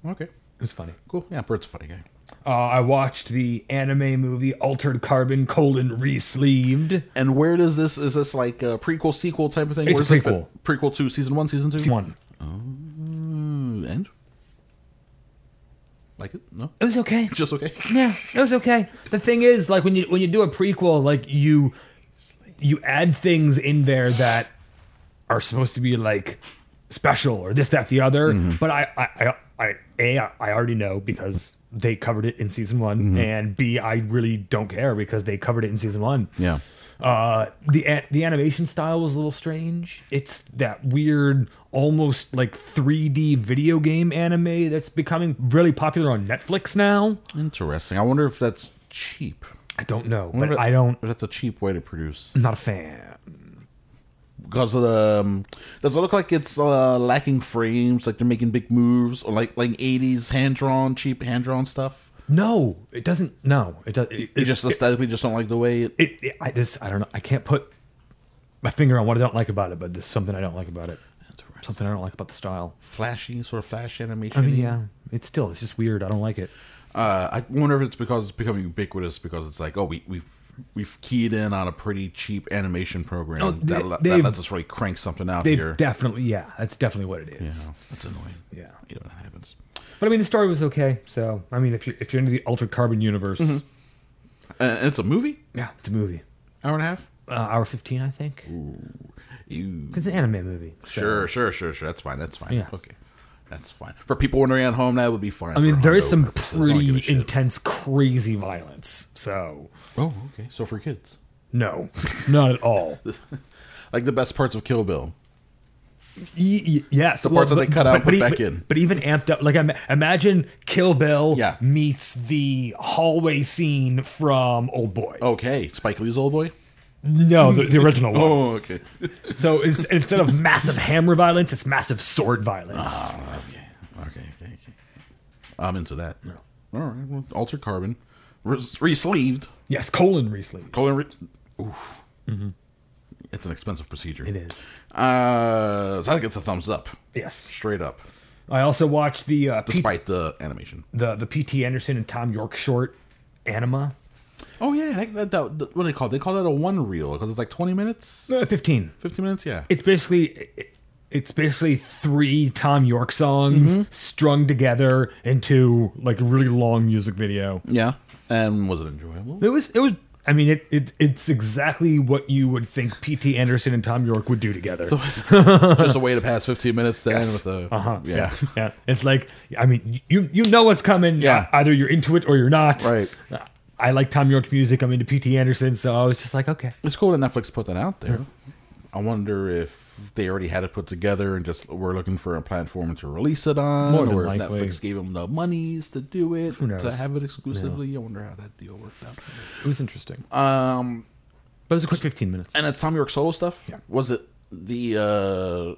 Speaker 5: Okay.
Speaker 4: it was funny
Speaker 5: Cool. Yeah, Bert's a funny guy.
Speaker 4: uh, i watched the anime movie altered carbon colon re-sleeved
Speaker 5: And where does this? Is this like a prequel, sequel type of thing?
Speaker 4: It's
Speaker 5: Where does it fit?
Speaker 4: prequel.
Speaker 5: Prequel to season one, season two.
Speaker 4: one
Speaker 5: Mm, And like it? No, (laughs)
Speaker 4: it was okay
Speaker 5: just okay.
Speaker 4: Yeah, it was okay. The thing is, like when you when you do a prequel, like you you add things in there that are supposed to be like special or this, that, the other. But I I I, I a I already know because they covered it in season one, and b I really don't care because they covered it in season one.
Speaker 5: Yeah.
Speaker 4: Uh, the a- the animation style was a little strange. It's that weird, almost like 3D video game anime that's becoming really popular on Netflix now.
Speaker 5: Interesting. I wonder if that's cheap.
Speaker 4: I don't know,
Speaker 5: wonder
Speaker 4: but
Speaker 5: if-
Speaker 4: I don't.
Speaker 5: But that's a cheap way to produce
Speaker 4: I'm not a fan.
Speaker 5: because of the. Um, does it look like it's uh, lacking frames? Like they're making big moves, or like like eighties hand drawn, cheap hand drawn stuff.
Speaker 4: No, it doesn't. No, it does. It,
Speaker 5: You just aesthetically just don't like the way it.
Speaker 4: it, it- I this I don't know. I can't put my finger on what I don't like about it, but there's something I don't like about it. Something I don't like about the style.
Speaker 5: Flashy sort of flash animation.
Speaker 4: I mean, yeah, it's still it's just weird. I don't like it.
Speaker 5: Uh, I wonder if it's because it's becoming ubiquitous because it's like, oh, we we've we've keyed in on a pretty cheap animation program
Speaker 4: Oh, they-
Speaker 5: that, le- that
Speaker 4: they've-
Speaker 5: lets us really crank something out
Speaker 4: They
Speaker 5: here.
Speaker 4: definitely, yeah, that's definitely what it
Speaker 5: You
Speaker 4: is.
Speaker 5: know, that's annoying.
Speaker 4: Yeah.
Speaker 5: You know, that happens.
Speaker 4: But I mean, the story was okay. So I mean, if you're if you're into the altered carbon universe,
Speaker 5: Mm-hmm. Uh, it's a movie,
Speaker 4: yeah, it's a movie.
Speaker 5: hour and a half.
Speaker 4: Uh, hour fifteen, I think.
Speaker 5: Ew.
Speaker 4: It's an anime movie. so-
Speaker 5: Sure, sure, sure, sure. That's fine. That's fine.
Speaker 4: Yeah.
Speaker 5: Okay, that's fine. For people wondering at home, that would be fine.
Speaker 4: I mean,
Speaker 5: For
Speaker 4: there is
Speaker 5: hundo
Speaker 4: some
Speaker 5: purposes, I don't give a
Speaker 4: pretty
Speaker 5: shit.
Speaker 4: intense, crazy violence. So
Speaker 5: Oh, okay. So for kids,
Speaker 4: no, not at all.
Speaker 5: like (laughs) the best parts of Kill Bill.
Speaker 4: Y- y- E, yes, the
Speaker 5: parts that they cut out and put back in.
Speaker 4: But even amped up, like im- imagine Kill Bill
Speaker 5: Yeah.
Speaker 4: meets the hallway scene from Old Boy.
Speaker 5: Okay, Spike Lee's old boy.
Speaker 4: No, the, the original one.
Speaker 5: (laughs) Oh, okay.
Speaker 4: So it's, instead of massive hammer violence, it's massive sword violence.
Speaker 5: Okay, okay, okay. okay. I'm into that. All right, well, altered carbon, Re- re-sleeved.
Speaker 4: Yes, colon recently.
Speaker 5: Colon. Re- Oof. Mm-hmm. It's an expensive procedure.
Speaker 4: It is.
Speaker 5: Uh, so I think it's a thumbs up,
Speaker 4: Yes.
Speaker 5: straight up,
Speaker 4: I also watched the uh, P-
Speaker 5: despite the animation.
Speaker 4: the the P.T. Anderson and Tom York short, Anima.
Speaker 5: Oh yeah, that, that, that, what do they call it? They call that a one reel because it's like 20 minutes,
Speaker 4: Uh, Fifteen.
Speaker 5: 15 minutes. Yeah.
Speaker 4: It's basically. It, it's basically three Tom York
Speaker 5: Mm-hmm.
Speaker 4: songs strung together into like a really long music video.
Speaker 5: yeah. And was it
Speaker 4: (laughs)
Speaker 5: enjoyable?
Speaker 4: It was. It was. I mean, it, it it's exactly what you would think P.T. Anderson and Tom York would do together.
Speaker 5: Just a way to pass 15 minutes then with a
Speaker 4: uh-huh.
Speaker 5: yeah.
Speaker 4: yeah. It's like I mean, you you know what's coming. e-,
Speaker 5: Yeah.
Speaker 4: Either you're into it or you're not.
Speaker 5: Right.
Speaker 4: I like Tom York music. I'm into P.T. Anderson, so I was just like, okay.
Speaker 5: It's cool that Netflix put that out there.
Speaker 4: Mm-hmm.
Speaker 5: I wonder if they already had it put together and just were looking for a platform to release it on,
Speaker 4: More than
Speaker 5: or if
Speaker 4: likely.
Speaker 5: Netflix gave them the monies to do it,
Speaker 4: knows?
Speaker 5: to have it exclusively. I wonder how that deal worked out.
Speaker 4: It was interesting.
Speaker 5: Um,
Speaker 4: But it was a quick 15 minutes.
Speaker 5: and it's Tom York solo stuff.
Speaker 4: Yeah.
Speaker 5: Was it the uh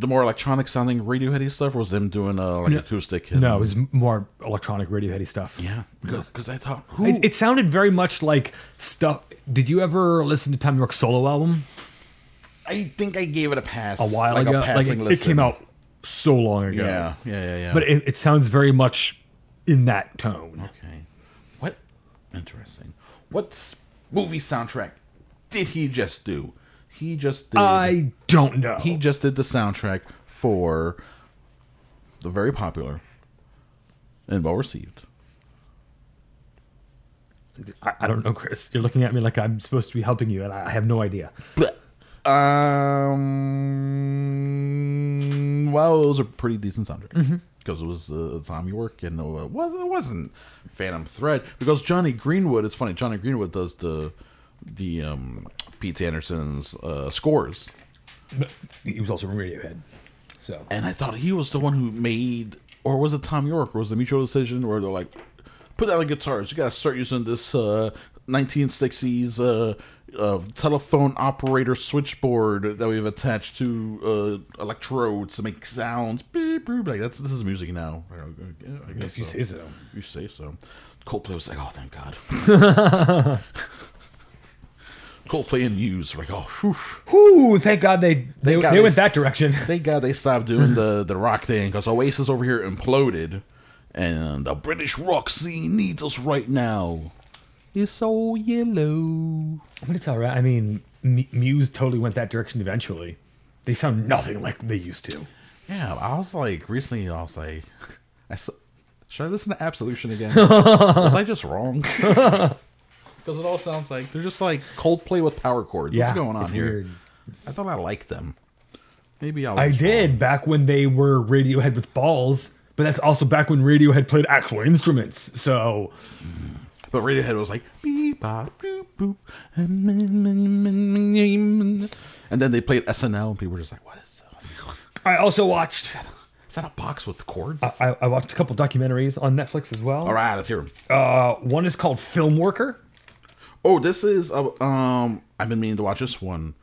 Speaker 5: the more electronic sounding Radioheady stuff, or was them doing uh, like
Speaker 4: No.
Speaker 5: acoustic? and-
Speaker 4: No, it was more electronic Radioheady stuff.
Speaker 5: yeah, because I thought who
Speaker 4: It, it sounded very much like stuff. Did you ever listen to Tom York's solo album
Speaker 5: I think I gave it a pass
Speaker 4: a while
Speaker 5: like
Speaker 4: ago?
Speaker 5: A
Speaker 4: like
Speaker 5: passing
Speaker 4: it, it
Speaker 5: listen.
Speaker 4: came out so long ago.
Speaker 5: Yeah, yeah, yeah, yeah.
Speaker 4: But it, it sounds very much in that tone.
Speaker 5: okay, what interesting? What s- movie soundtrack did he just do? He just did.
Speaker 4: I don't know.
Speaker 5: he just did the soundtrack for the very popular and well received
Speaker 4: I, I don't know, Chris. You're looking at me like I'm supposed to be helping you, and I, I have no idea.
Speaker 5: But um, well, it was a pretty decent soundtrack because it was uh, Tom York and it was it wasn't Phantom Thread because Johnny Greenwood. It's funny, Johnny Greenwood does the the um, Pete Anderson's uh, scores,
Speaker 4: He was also in Radiohead. So
Speaker 5: and I thought he was the one who made, or was it Tom York? Or was it a mutual decision where they're like, put down the guitars, you gotta start using this uh, 1960s uh, uh, telephone operator switchboard that we've attached to uh, electrodes to make sounds. Beep, beep. Like that's this is music now. I don't- I guess
Speaker 4: If you say so.
Speaker 5: You say so. Coldplay was like, oh, thank God.
Speaker 4: (laughs)
Speaker 5: Coldplay and Muse were like, oh, whew.
Speaker 4: Whew, thank God they they,
Speaker 5: God
Speaker 4: they
Speaker 5: they
Speaker 4: went
Speaker 5: s-
Speaker 4: that direction. (laughs)
Speaker 5: Thank God they stopped doing the, the rock thing because Oasis over here imploded, and the British rock scene needs us right now. It's so yellow.
Speaker 4: But it's all right. I mean, M- Muse totally went that direction eventually. They sound nothing like they used to.
Speaker 5: Yeah, I was like recently. I was like, (laughs) I s- should I listen to Absolution again? was I just wrong? (laughs) Because it all sounds like they're just like Coldplay with power chords.
Speaker 4: Yeah,
Speaker 5: What's going on
Speaker 4: it's
Speaker 5: here?
Speaker 4: weird.
Speaker 5: I thought I liked them. Maybe I. Was
Speaker 4: I
Speaker 5: wrong.
Speaker 4: did back when they were Radiohead with balls, but that's also back when Radiohead played actual instruments. So
Speaker 5: But Radiohead was like beep bop boop boop, and then they played SNL, and people were just like, "What is that?"
Speaker 4: I also watched
Speaker 5: Is that a box with cords?
Speaker 4: I, I watched a couple documentaries on Netflix as well.
Speaker 5: All right, let's hear 'em.
Speaker 4: Uh, one is called Film Worker.
Speaker 5: Oh, this is uh, um. I've been meaning to watch this one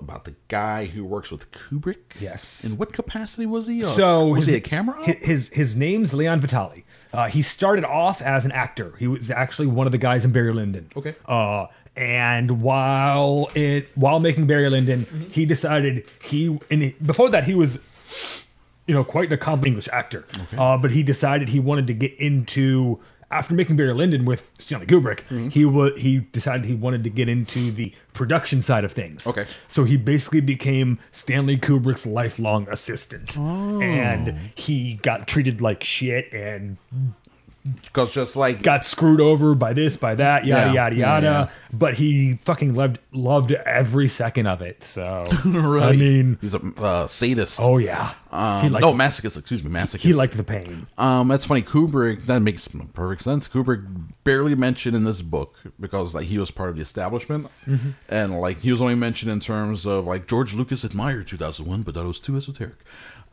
Speaker 5: about the guy who works with Kubrick.
Speaker 4: Yes.
Speaker 5: In what capacity was he? Uh,
Speaker 4: So
Speaker 5: was
Speaker 4: his-
Speaker 5: he a camera?
Speaker 4: hi- His his name's Leon Vitali. Uh, he started off as an actor. He was actually one of the guys in Barry Lyndon.
Speaker 5: Okay.
Speaker 4: Uh, and while it while making Barry Lyndon,
Speaker 5: Mm-hmm.
Speaker 4: he decided he and he- before that he was, you know, quite an accomplished English actor. Uh, but he decided he wanted to get into after making Barry Lyndon with Stanley Kubrick.
Speaker 5: Mm-hmm.
Speaker 4: He wa- he decided he wanted to get into the production side of things.
Speaker 5: Okay.
Speaker 4: So he basically became Stanley Kubrick's lifelong assistant.
Speaker 5: Oh.
Speaker 4: And he got treated like shit and
Speaker 5: Because just like
Speaker 4: got screwed over by this, by that, yada,
Speaker 5: Yeah.
Speaker 4: yada,
Speaker 5: Yeah,
Speaker 4: yada.
Speaker 5: yeah.
Speaker 4: But he fucking loved, loved every second of it. So, I
Speaker 5: (laughs) Really?
Speaker 4: mean,
Speaker 5: he's a uh, sadist.
Speaker 4: oh yeah.
Speaker 5: Um,
Speaker 4: he liked,
Speaker 5: no, masochist. Excuse me, masochist.
Speaker 4: he liked the pain.
Speaker 5: Um, that's funny. Kubrick. That makes perfect sense. Kubrick barely mentioned in this book because like he was part of the establishment,
Speaker 4: Mm-hmm.
Speaker 5: and like he was only mentioned in terms of like George Lucas admired 2001, but that was too esoteric.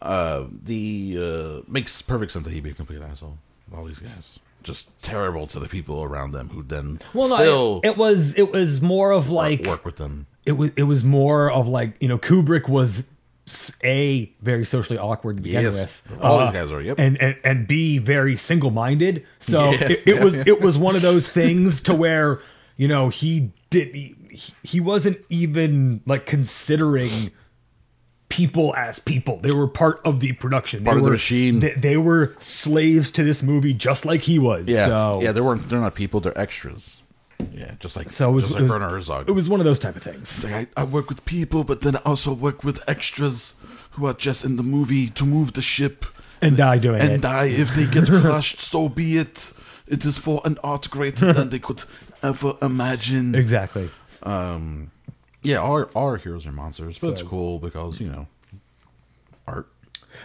Speaker 5: Uh, the uh, makes perfect sense that he'd be a complete asshole. All these guys just terrible to the people around them who then
Speaker 4: Well, no,
Speaker 5: still
Speaker 4: it, it was it was more of like
Speaker 5: work with them.
Speaker 4: it was it was more of like you know Kubrick was s- a very socially awkward to begin
Speaker 5: Yes.
Speaker 4: with. Uh,
Speaker 5: All these guys are, yep.
Speaker 4: And and, and B very single minded. So
Speaker 5: Yeah.
Speaker 4: it,
Speaker 5: (laughs)
Speaker 4: it was it was one of those things to where you know he did he, he wasn't even like considering people as people. They were part of the production.
Speaker 5: Part
Speaker 4: they
Speaker 5: of the
Speaker 4: were,
Speaker 5: machine.
Speaker 4: They, they were slaves to this movie just like he was.
Speaker 5: Yeah,
Speaker 4: So
Speaker 5: yeah, they weren't. They're not people. They're extras. Yeah, just like
Speaker 4: so it was,
Speaker 5: just
Speaker 4: it,
Speaker 5: like
Speaker 4: was,
Speaker 5: Werner Herzog.
Speaker 4: it was one of those type of things. (laughs)
Speaker 5: Like, I, I work with people, but then I also work with extras who are just in the movie to move the ship
Speaker 4: And die doing
Speaker 5: and
Speaker 4: it.
Speaker 5: die if they (laughs) get crushed. So be it. It is for an art greater than they could ever imagine.
Speaker 4: Exactly.
Speaker 5: yeah, our our heroes are monsters, but it's
Speaker 4: So-
Speaker 5: cool because you know, art.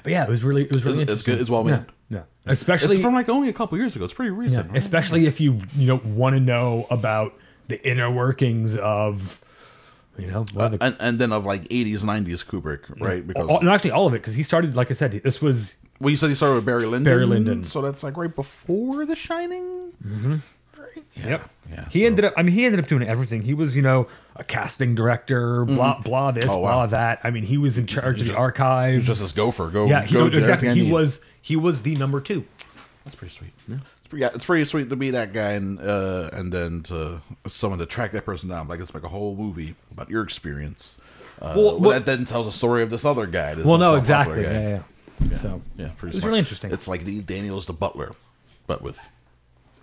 Speaker 4: But yeah, it was really it was really
Speaker 5: It's- it's
Speaker 4: interesting.
Speaker 5: good. It's well
Speaker 4: yeah,
Speaker 5: made.
Speaker 4: yeah. especially
Speaker 5: it's from like only a couple years ago. It's pretty
Speaker 4: yeah,
Speaker 5: recent. right?
Speaker 4: especially if you you know want to know about the inner workings of you know well, the, Oh,
Speaker 5: and and then of like eighties, nineties Kubrick, Uh, right? Because
Speaker 4: all, no, actually all of it because he started like I said this was
Speaker 5: well, you said you started with Barry Lyndon.
Speaker 4: Barry Lyndon.
Speaker 5: So that's like right before The Shining.
Speaker 4: yep
Speaker 5: yeah,
Speaker 4: he
Speaker 5: so-
Speaker 4: ended up I mean he ended up doing everything he was you know a casting director blah blah this
Speaker 5: Oh, wow.
Speaker 4: blah that I mean he was in charge of the archives
Speaker 5: Just this gopher, go.
Speaker 4: yeah he,
Speaker 5: go
Speaker 4: no,
Speaker 5: do
Speaker 4: exactly
Speaker 5: everything I
Speaker 4: he
Speaker 5: need.
Speaker 4: was he was the number two
Speaker 5: That's pretty sweet. Yeah. It's pretty, yeah, it's pretty sweet to be that guy and uh, and then to someone to track that person down. Like it's like a whole movie about your experience. Uh,
Speaker 4: Well,
Speaker 5: well,
Speaker 4: well-
Speaker 5: that then tells a story of this other guy. This
Speaker 4: well no
Speaker 5: most popular
Speaker 4: exactly yeah,
Speaker 5: guy.
Speaker 4: yeah, yeah. so
Speaker 5: Yeah, pretty
Speaker 4: it was
Speaker 5: smart.
Speaker 4: really interesting
Speaker 5: It's like the Daniel's the butler, but with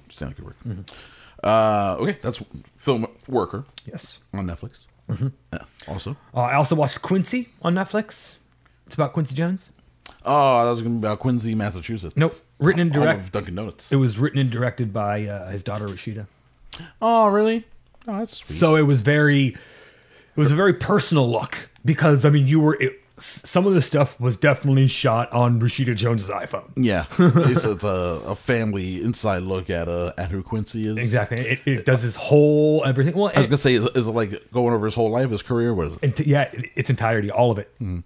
Speaker 5: Stanley Kubrick.
Speaker 4: Mm-hmm.
Speaker 5: Uh, okay, that's film worker
Speaker 4: yes.
Speaker 5: on Netflix.
Speaker 4: Mm-hmm.
Speaker 5: Yeah, also,
Speaker 4: Uh, I also watched Quincy on Netflix. It's about Quincy Jones.
Speaker 5: oh, that was going to be about Quincy, Massachusetts.
Speaker 4: Nope. Written and
Speaker 5: Home
Speaker 4: direct-
Speaker 5: of Dunkin' Donuts.
Speaker 4: It was written and directed by uh, his daughter Rashida.
Speaker 5: oh, really? Oh, that's sweet.
Speaker 4: So it was very, it was a very personal look because I mean you were it, s- some of the stuff was definitely shot on Rashida Jones's iPhone. (laughs)
Speaker 5: Yeah, it's, it's a, a family inside look at uh, at who Quincy is.
Speaker 4: Exactly. It, it does his whole everything. Well,
Speaker 5: I was
Speaker 4: and,
Speaker 5: gonna say, is, is it like going over his whole life, his career? What is it?
Speaker 4: and t- yeah, it- its entirety, all of it,
Speaker 5: Hmm.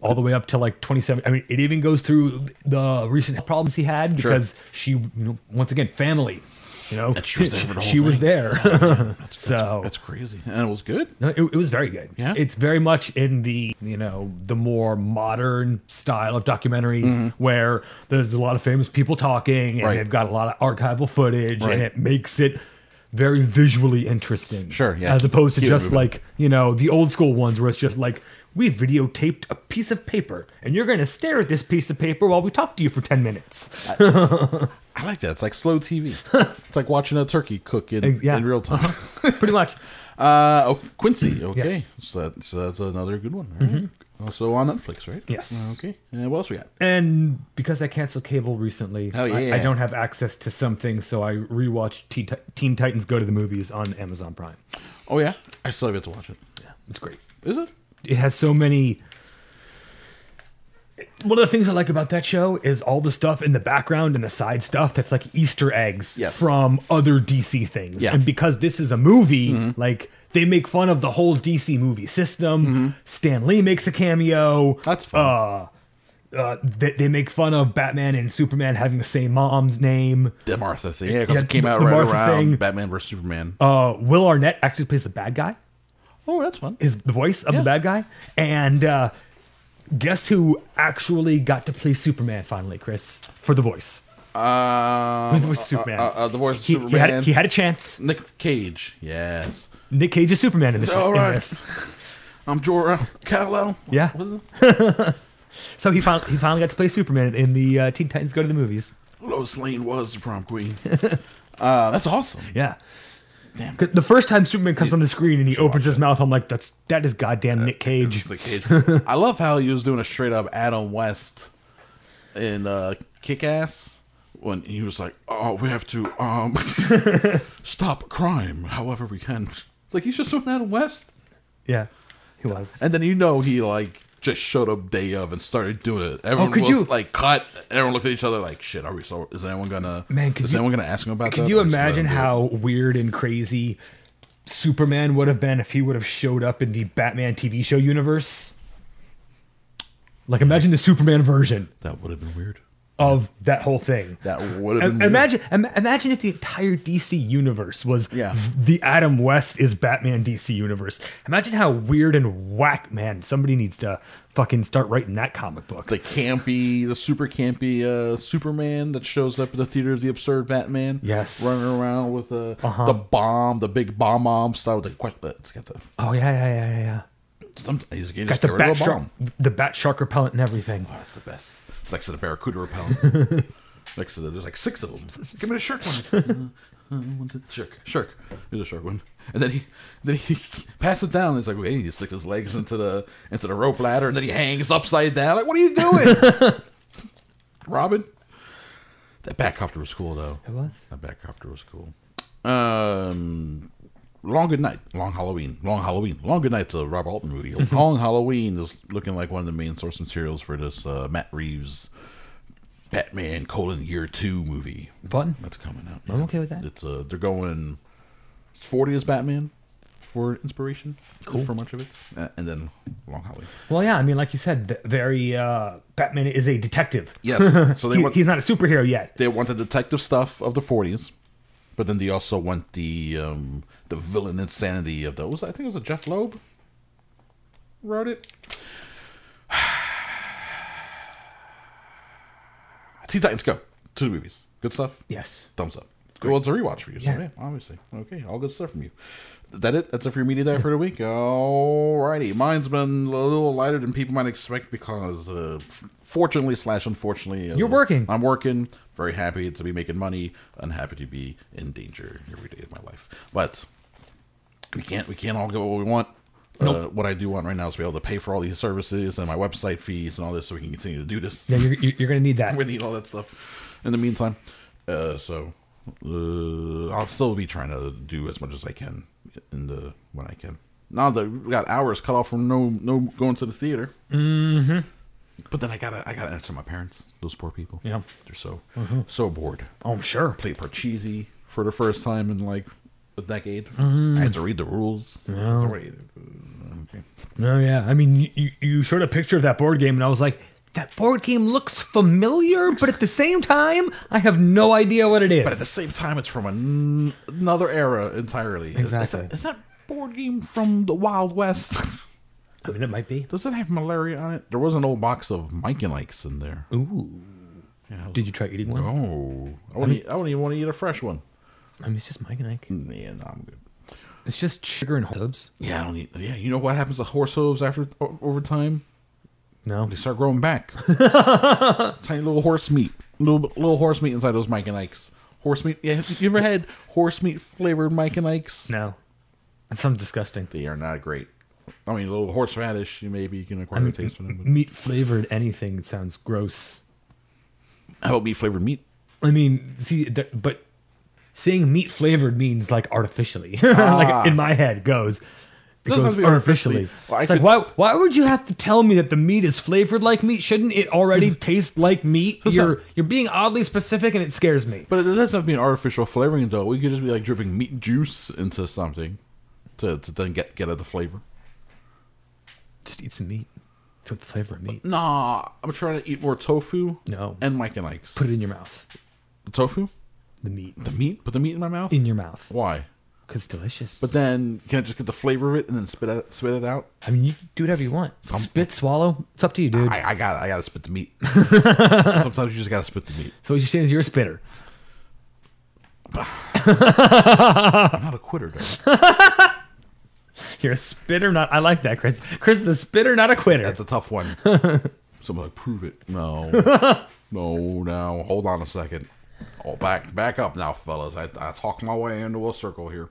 Speaker 4: all the way up to like twenty seven. I mean, it even goes through the recent problems he had because she, you know, once again, family. You know,
Speaker 5: she was there for the whole
Speaker 4: She was
Speaker 5: thing.
Speaker 4: there. so
Speaker 5: (laughs) That's crazy, and it was good.
Speaker 4: No, it, it was very good.
Speaker 5: Yeah?
Speaker 4: it's very much in the you know the more modern style of documentaries where there's a lot of famous people talking and
Speaker 5: Mm-hmm. Right.
Speaker 4: they've got a lot of archival footage
Speaker 5: Right.
Speaker 4: and it makes it very visually interesting.
Speaker 5: Sure, yeah.
Speaker 4: As opposed to
Speaker 5: Keep it
Speaker 4: just
Speaker 5: moving.
Speaker 4: like you know the old school ones where it's just like we videotaped a piece of paper and you're going to stare at this piece of paper while we talk to you for ten minutes. (laughs)
Speaker 5: I like that. It's like slow TV. it's like watching a turkey cook in,
Speaker 4: Ex- yeah.
Speaker 5: in real
Speaker 4: (laughs)
Speaker 5: time.
Speaker 4: Pretty much.
Speaker 5: uh, oh, Quincy. Okay,
Speaker 4: Yes. Mm-hmm.
Speaker 5: so, that, so that's another good one. All right. Also on Netflix, right?
Speaker 4: Yes.
Speaker 5: Okay. And what else we got?
Speaker 4: And because I canceled cable recently,
Speaker 5: Oh,
Speaker 4: I,
Speaker 5: yeah.
Speaker 4: I don't have access to some things, so I rewatched Teen, Ti- Teen Titans Go to the Movies on Amazon Prime.
Speaker 5: Oh yeah, I still get to watch it.
Speaker 4: It's great.
Speaker 5: Is it?
Speaker 4: It has so many. One of the things I like about that show is all the stuff in the background and the side stuff that's like Easter eggs
Speaker 5: Yes.
Speaker 4: from other DC things.
Speaker 5: Yeah. Mm-hmm.
Speaker 4: And because this is a movie, like they make fun of the
Speaker 5: Mm-hmm.
Speaker 4: whole DC movie system. Stan Lee makes a cameo.
Speaker 5: That's fun.
Speaker 4: Uh, uh, they, they make fun of Batman and Superman having the same mom's name.
Speaker 5: The Martha thing. Yeah, because
Speaker 4: Yeah,
Speaker 5: it came
Speaker 4: the-
Speaker 5: out
Speaker 4: the
Speaker 5: right
Speaker 4: Martha
Speaker 5: around
Speaker 4: thing.
Speaker 5: Batman versus Superman.
Speaker 4: Uh, Will Arnett actually plays the bad guy.
Speaker 5: oh, that's fun.
Speaker 4: Is the voice of
Speaker 5: Yeah.
Speaker 4: the bad guy. And uh, guess who actually got to play Superman finally, Chris, for the voice?
Speaker 5: Um,
Speaker 4: Who's the voice of Superman?
Speaker 5: Uh, uh, uh, the voice of
Speaker 4: He, he
Speaker 5: Superman.
Speaker 4: had, he had a chance.
Speaker 5: Nick Cage. Yes.
Speaker 4: Nick Cage is Superman in this.
Speaker 5: All
Speaker 4: in
Speaker 5: right.
Speaker 4: this.
Speaker 5: I'm Jorah Kal-El.
Speaker 4: Yeah.
Speaker 5: What is it?
Speaker 4: So he finally, he finally got to play Superman in the uh, Teen Titans Go to the Movies.
Speaker 5: Lois Lane was the prom queen. (laughs) uh, that's awesome.
Speaker 4: Yeah. Damn. The first time Superman comes on the screen and he opens his mouth, I'm like, "That's that is goddamn Nick Cage."
Speaker 5: Just like Cage. I love how he was doing a straight up Adam West in uh, Kick Ass when he was like, "Oh, we have to um (laughs) stop crime, however we can." It's like he's just doing Adam West,
Speaker 4: Yeah, he was.
Speaker 5: and then you know he like just showed up day of and started doing it. Everyone
Speaker 4: Oh, could
Speaker 5: was
Speaker 4: you-
Speaker 5: like cut. Everyone looked at each other like, "Shit, are we so? Is anyone gonna?
Speaker 4: Man, could
Speaker 5: is
Speaker 4: you-
Speaker 5: anyone gonna ask him about that?"
Speaker 4: Could you
Speaker 5: Or just let
Speaker 4: imagine
Speaker 5: him do it?
Speaker 4: how weird and crazy Superman would have been if he would have showed up in the Batman TV show universe? Like, imagine the Superman version
Speaker 5: that would have been weird?
Speaker 4: of that whole thing.
Speaker 5: That would have
Speaker 4: Im-
Speaker 5: been
Speaker 4: Imagine, im- imagine if the entire DC universe was
Speaker 5: Yeah.
Speaker 4: the Adam West is Batman DC universe. Imagine how weird and whack, man. Somebody needs to fucking start writing that comic book.
Speaker 5: the campy, the super campy uh, Superman that shows up at the theater of the absurd Batman.
Speaker 4: Yes. Uh-huh.
Speaker 5: running around with uh, the bomb, the big bomb bomb style. With the question, it's got the
Speaker 4: oh yeah, yeah, yeah, yeah, yeah.
Speaker 5: some, he's getting
Speaker 4: Got
Speaker 5: just
Speaker 4: the
Speaker 5: get rid
Speaker 4: bat
Speaker 5: of a
Speaker 4: shark,
Speaker 5: bomb.
Speaker 4: the bat shark repellent and everything.
Speaker 5: That's the best. It's next to the barracuda (laughs) repellent. next to the, there's like six of them. Give me the shark one. (laughs) Shark, shark. There's a shark one, and then he, then he (laughs) passes it down. He's like, hey, he sticks his legs into the into the rope ladder, and then he hangs upside down. Like, what are you doing, (laughs) Robin? That back copter was cool though. It
Speaker 4: was?
Speaker 5: That back copter was cool. Um, long good night, long Halloween, long Halloween, long good night's a Rob Altman movie.
Speaker 4: Mm-hmm.
Speaker 5: long Halloween is looking like one of the main source materials for this uh, Matt Reeves Batman colon year two movie
Speaker 4: Fun.
Speaker 5: that's coming out.
Speaker 4: I'm
Speaker 5: yeah.
Speaker 4: okay with that.
Speaker 5: It's uh, they're going forty as Batman for inspiration. Cool for much of it, uh, and then long Halloween.
Speaker 4: Well, yeah, I mean, like you said, th- very uh, Batman is a detective. (laughs)
Speaker 5: Yes, so they
Speaker 4: He-
Speaker 5: want
Speaker 4: he's not a superhero yet.
Speaker 5: they want the detective stuff of the 40s, but then they also want the um, the villain insanity of those. I think it was a Jeff Loeb wrote it. (sighs) Teen Titans Go. Two movies. Good stuff.
Speaker 4: Yes.
Speaker 5: Thumbs up. Well, it's a rewatch for you, so
Speaker 4: Yeah.
Speaker 5: yeah. obviously. Okay, all good stuff from you. Is That it? That's it for your media diet for the week. Alrighty, mine's been a little lighter than people might expect because, uh, f- fortunately slash unfortunately, uh,
Speaker 4: You're working.
Speaker 5: I'm working. Very happy to be making money. Unhappy to be in danger every day of my life. But we can't we can't all get what we want. Uh, what I do want right now is to be able to pay for all these services and my website fees and all this, so we can continue to do this.
Speaker 4: Yeah, you're, you're, you're going to
Speaker 5: (laughs)
Speaker 4: need that.
Speaker 5: We need all that stuff in the meantime. Uh, so uh, I'll still be trying to do as much as I can in the when I can. Now that we got hours cut off from no no going to the theater. Mm-hmm. But then I gotta I gotta answer my parents. Those poor people.
Speaker 4: Yeah.
Speaker 5: they're so so bored.
Speaker 4: Oh, I'm sure.
Speaker 5: Played Parcheesi for the first time in like a decade. I had to read the rules. So what do you do? Okay.
Speaker 4: Oh, yeah. I mean, you- you, you showed a picture of that board game, and I was like, that board game looks familiar, but at the same time, I have no idea what it is.
Speaker 5: But at the same time, it's from an, another era entirely. Is-
Speaker 4: Exactly.
Speaker 5: Is that, is that board game from the Wild West? (laughs)
Speaker 4: I mean, it might be.
Speaker 5: Does it have malaria on it? There was an old box of Mike and Ikes in there.
Speaker 4: Ooh. Did you try eating one?
Speaker 5: Oh, I wouldn't, eat, I wouldn't even want to eat a fresh one.
Speaker 4: I mean, it's just Mike and Ike.
Speaker 5: Yeah, no, I'm good.
Speaker 4: It's just sugar and hubs.
Speaker 5: Yeah, I don't eat. Yeah, you know what happens to horse hooves after o- over time?
Speaker 4: No.
Speaker 5: They start growing back. Tiny little horse meat, little little horse meat inside those Mike and Ikes. Horse meat. Yeah, have you ever had horse meat flavored Mike and Ikes?
Speaker 4: No. That sounds disgusting.
Speaker 5: they are not great. I mean, a little horseradish, you maybe you can acquire a taste for them.
Speaker 4: (laughs)
Speaker 5: But
Speaker 4: Meat flavored anything sounds gross.
Speaker 5: how about meat flavored meat?
Speaker 4: I mean, see, th- but saying meat flavored means like artificially. (laughs) like in my head goes. It
Speaker 5: Ah. Doesn't have
Speaker 4: goes
Speaker 5: to be
Speaker 4: artificially.
Speaker 5: artificially. Well, I
Speaker 4: it's
Speaker 5: could-
Speaker 4: like why? Why would you have to tell me that the meat is flavored like meat? Shouldn't
Speaker 5: (laughs)
Speaker 4: it already taste like meat?
Speaker 5: That's
Speaker 4: You're
Speaker 5: not-
Speaker 4: you're being oddly specific, and it scares me.
Speaker 5: But it doesn't have to be an artificial flavoring, though. We could just be like dripping meat juice into something to, to then get get at the flavor.
Speaker 4: Just eat some meat. Put the flavor of meat.
Speaker 5: Nah, I'm trying to eat more tofu.
Speaker 4: No.
Speaker 5: And Mike and Ike's.
Speaker 4: Put it in your mouth.
Speaker 5: the tofu?
Speaker 4: The meat
Speaker 5: The meat? Put the meat in my mouth?
Speaker 4: in your mouth.
Speaker 5: Why?
Speaker 4: Cause it's delicious.
Speaker 5: But then can I just get the flavor of it and then spit it, spit it out?
Speaker 4: I mean, you can do whatever you want. Spit, swallow. It's up to you,
Speaker 5: Um,
Speaker 4: dude.
Speaker 5: I, I got I gotta spit the
Speaker 4: (laughs)
Speaker 5: meat. Sometimes you just gotta spit the meat.
Speaker 4: so what you're saying is you're a spitter.
Speaker 5: I'm not a quitter, though.
Speaker 4: You're a spitter, not. I like that, Chris. Chris is a spitter, not a quitter.
Speaker 5: That's a tough one. Someone like prove it. No, no, no. Hold on a second. Oh, back, back up now, fellas. I, I talked my way into a circle here.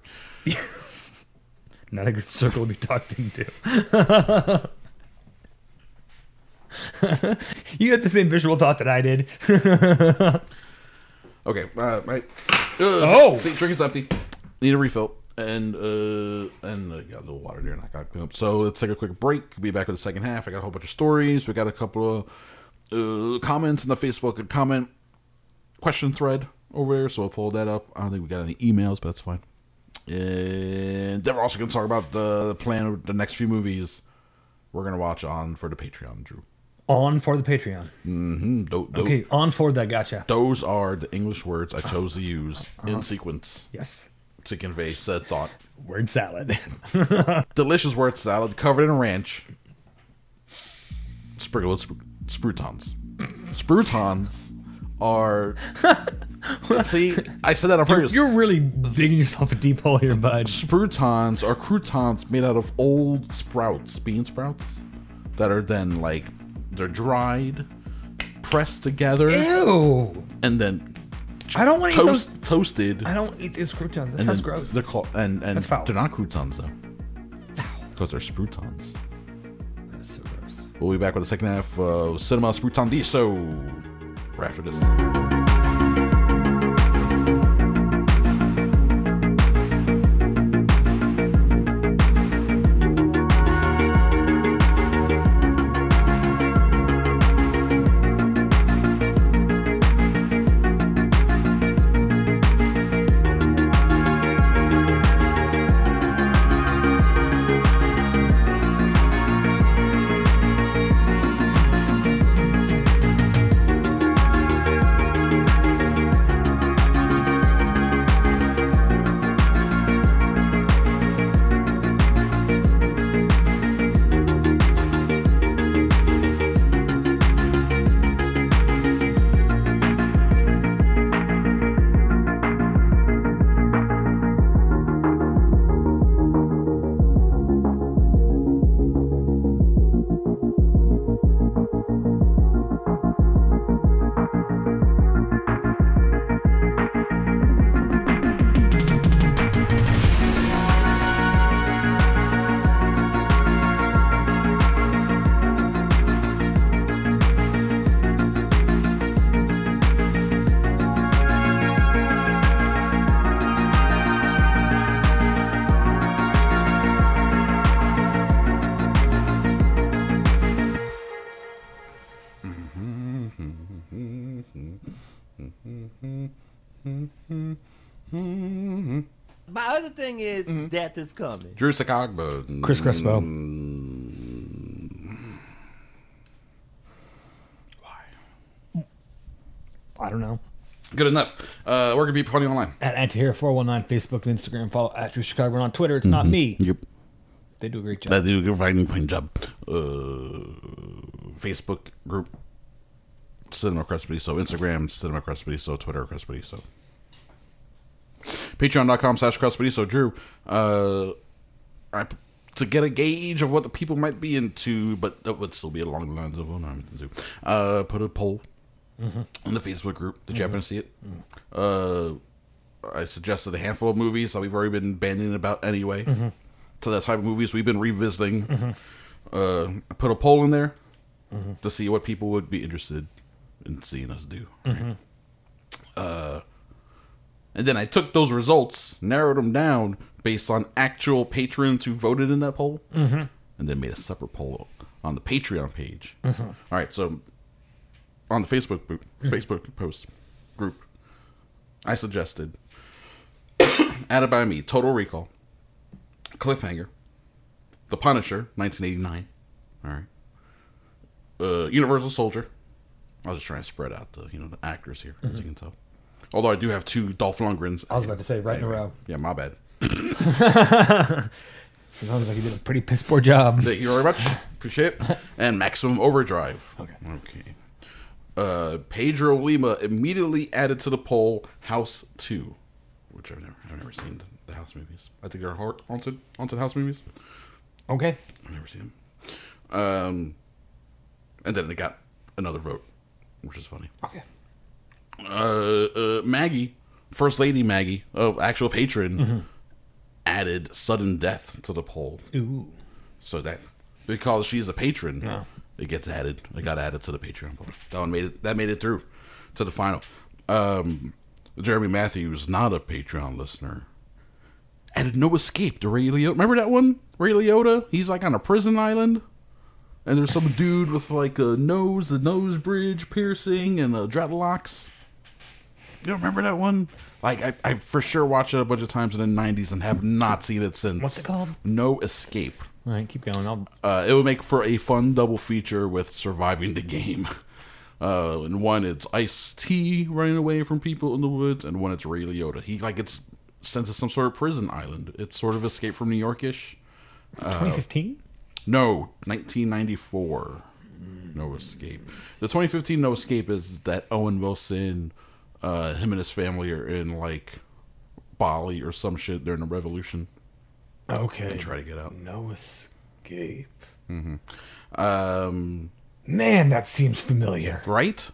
Speaker 4: not a good circle to be talked into. (laughs) you had the same visual thought that I did. (laughs)
Speaker 5: Okay, uh, my
Speaker 4: Oh.
Speaker 5: oh, see, drink is empty. Need a refill, and uh, and I got a little water there, and I got clean up. So let's take a quick break. Be back with the second half. I got a whole bunch of stories. We got a couple of uh, comments in the Facebook comment question thread over there, so we'll pull that up. I don't think we got any emails, but that's fine. And then we're also going to talk about the plan of the next few movies we're going to watch on for the Patreon, Drew.
Speaker 4: on for the Patreon.
Speaker 5: Mm, tho- tho-
Speaker 4: Okay, on for that. Gotcha.
Speaker 5: Those are the English words I chose to use in sequence
Speaker 4: Yes.
Speaker 5: to convey said thought.
Speaker 4: Word salad.
Speaker 5: Delicious word salad covered in ranch, sprinkled with spr- sprutons. Sprutons
Speaker 4: (laughs)
Speaker 5: are. see, I said that on purpose.
Speaker 4: (laughs) You're really digging yourself a deep hole here, bud.
Speaker 5: Sprutons are croutons made out of old sprouts, bean sprouts, that are then like they're dried, pressed together,
Speaker 4: Ew.
Speaker 5: and then
Speaker 4: Eh. I don't want to eat those.
Speaker 5: toast, toasted.
Speaker 4: I don't eat these croutons. That
Speaker 5: And
Speaker 4: sounds
Speaker 5: then
Speaker 4: gross.
Speaker 5: They're called and and
Speaker 4: That's foul.
Speaker 5: they're not croutons though. Because they're sprutons.
Speaker 4: That's so gross.
Speaker 5: We'll be back with the second half of Cinema Sprutandiso. Right after this.
Speaker 7: My other thing is death is coming.
Speaker 5: Drew Sakagba.
Speaker 4: Chris Crespo. Mm. I don't know.
Speaker 5: Good enough. Uh we're gonna be putting online.
Speaker 4: At Antihero419, Facebook and Instagram. Follow at Drew Chicago. We're on Twitter. It's not me.
Speaker 5: Yep.
Speaker 4: They do a great job.
Speaker 5: That do a fine fine job. Uh Facebook group Cinema Crespity so Instagram Cinema Crespity so Twitter Crespity so Patreon.com slash Crespity so Drew uh I, to get a gauge of what the people might be into, but that would still be along the lines of oh, no, I'm into, uh, put a poll in the Facebook group. Did you happen to see it? Uh, I suggested a handful of movies that we've already been banding about anyway. So that's type of movies we've been revisiting. Uh, I put a poll in there to see what people would be interested in seeing us do. Uh, and then I took those results, narrowed them down based on actual patrons who voted in that poll, and then made a separate poll on the Patreon page.
Speaker 4: Mm-hmm.
Speaker 5: All right, so on the Facebook bo- Facebook post group, I suggested (coughs) added by me Total Recall, Cliffhanger, The Punisher, 1989. All right. uh, Universal Soldier. I was just trying to spread out the you know the actors here, as you can tell. Although I do have two Dolph Lundgrens.
Speaker 4: Mm-hmm. I was about to say, right in a row.
Speaker 5: Yeah, my bad.
Speaker 4: Sounds like you did a pretty piss poor job.
Speaker 5: Thank you very much. Appreciate it. And Maximum Overdrive. Okay. Okay. Uh, Pedro Lima immediately added to the poll House Two, which I've never I've never seen the, the House movies. I think they're haunt- haunted haunted house movies.
Speaker 4: Okay.
Speaker 5: I've never seen them. Um, and then they got another vote, which is funny.
Speaker 4: Okay.
Speaker 5: Uh, uh, Maggie, First Lady Maggie, of actual patron, added sudden death to the poll.
Speaker 4: Ooh.
Speaker 5: So that because she's a patron, it gets added. It got added to the Patreon. poll. That one made it. That made it through to the final. Um, Jeremy Matthews, not a Patreon listener, added No Escape to Ray Liotta. Remember that one, Ray Liotta? He's like on a prison island, and there's some dude with like a nose, a nose bridge piercing, and uh, dreadlocks. You don't remember that one? Like I, I for sure watched it a bunch of times in the '90s and have not seen it since.
Speaker 4: What's it called?
Speaker 5: No Escape.
Speaker 4: All right, keep going. I'll
Speaker 5: Uh, it would make for a fun double feature with surviving the game. (laughs) Uh, in one, it's Ice T running away from people in the woods, and one, it's Ray Liotta. He like gets sent to some sort of prison island. It's sort of Escape from New Yorkish.
Speaker 4: Uh, 2015.
Speaker 5: No, 1994. No Escape. The 2015 No Escape is that Owen Wilson, uh, him and his family are in like Bali or some shit during the revolution.
Speaker 4: okay.
Speaker 5: Try to get out.
Speaker 4: No escape.
Speaker 5: Um,
Speaker 4: Man, that seems familiar.
Speaker 5: right?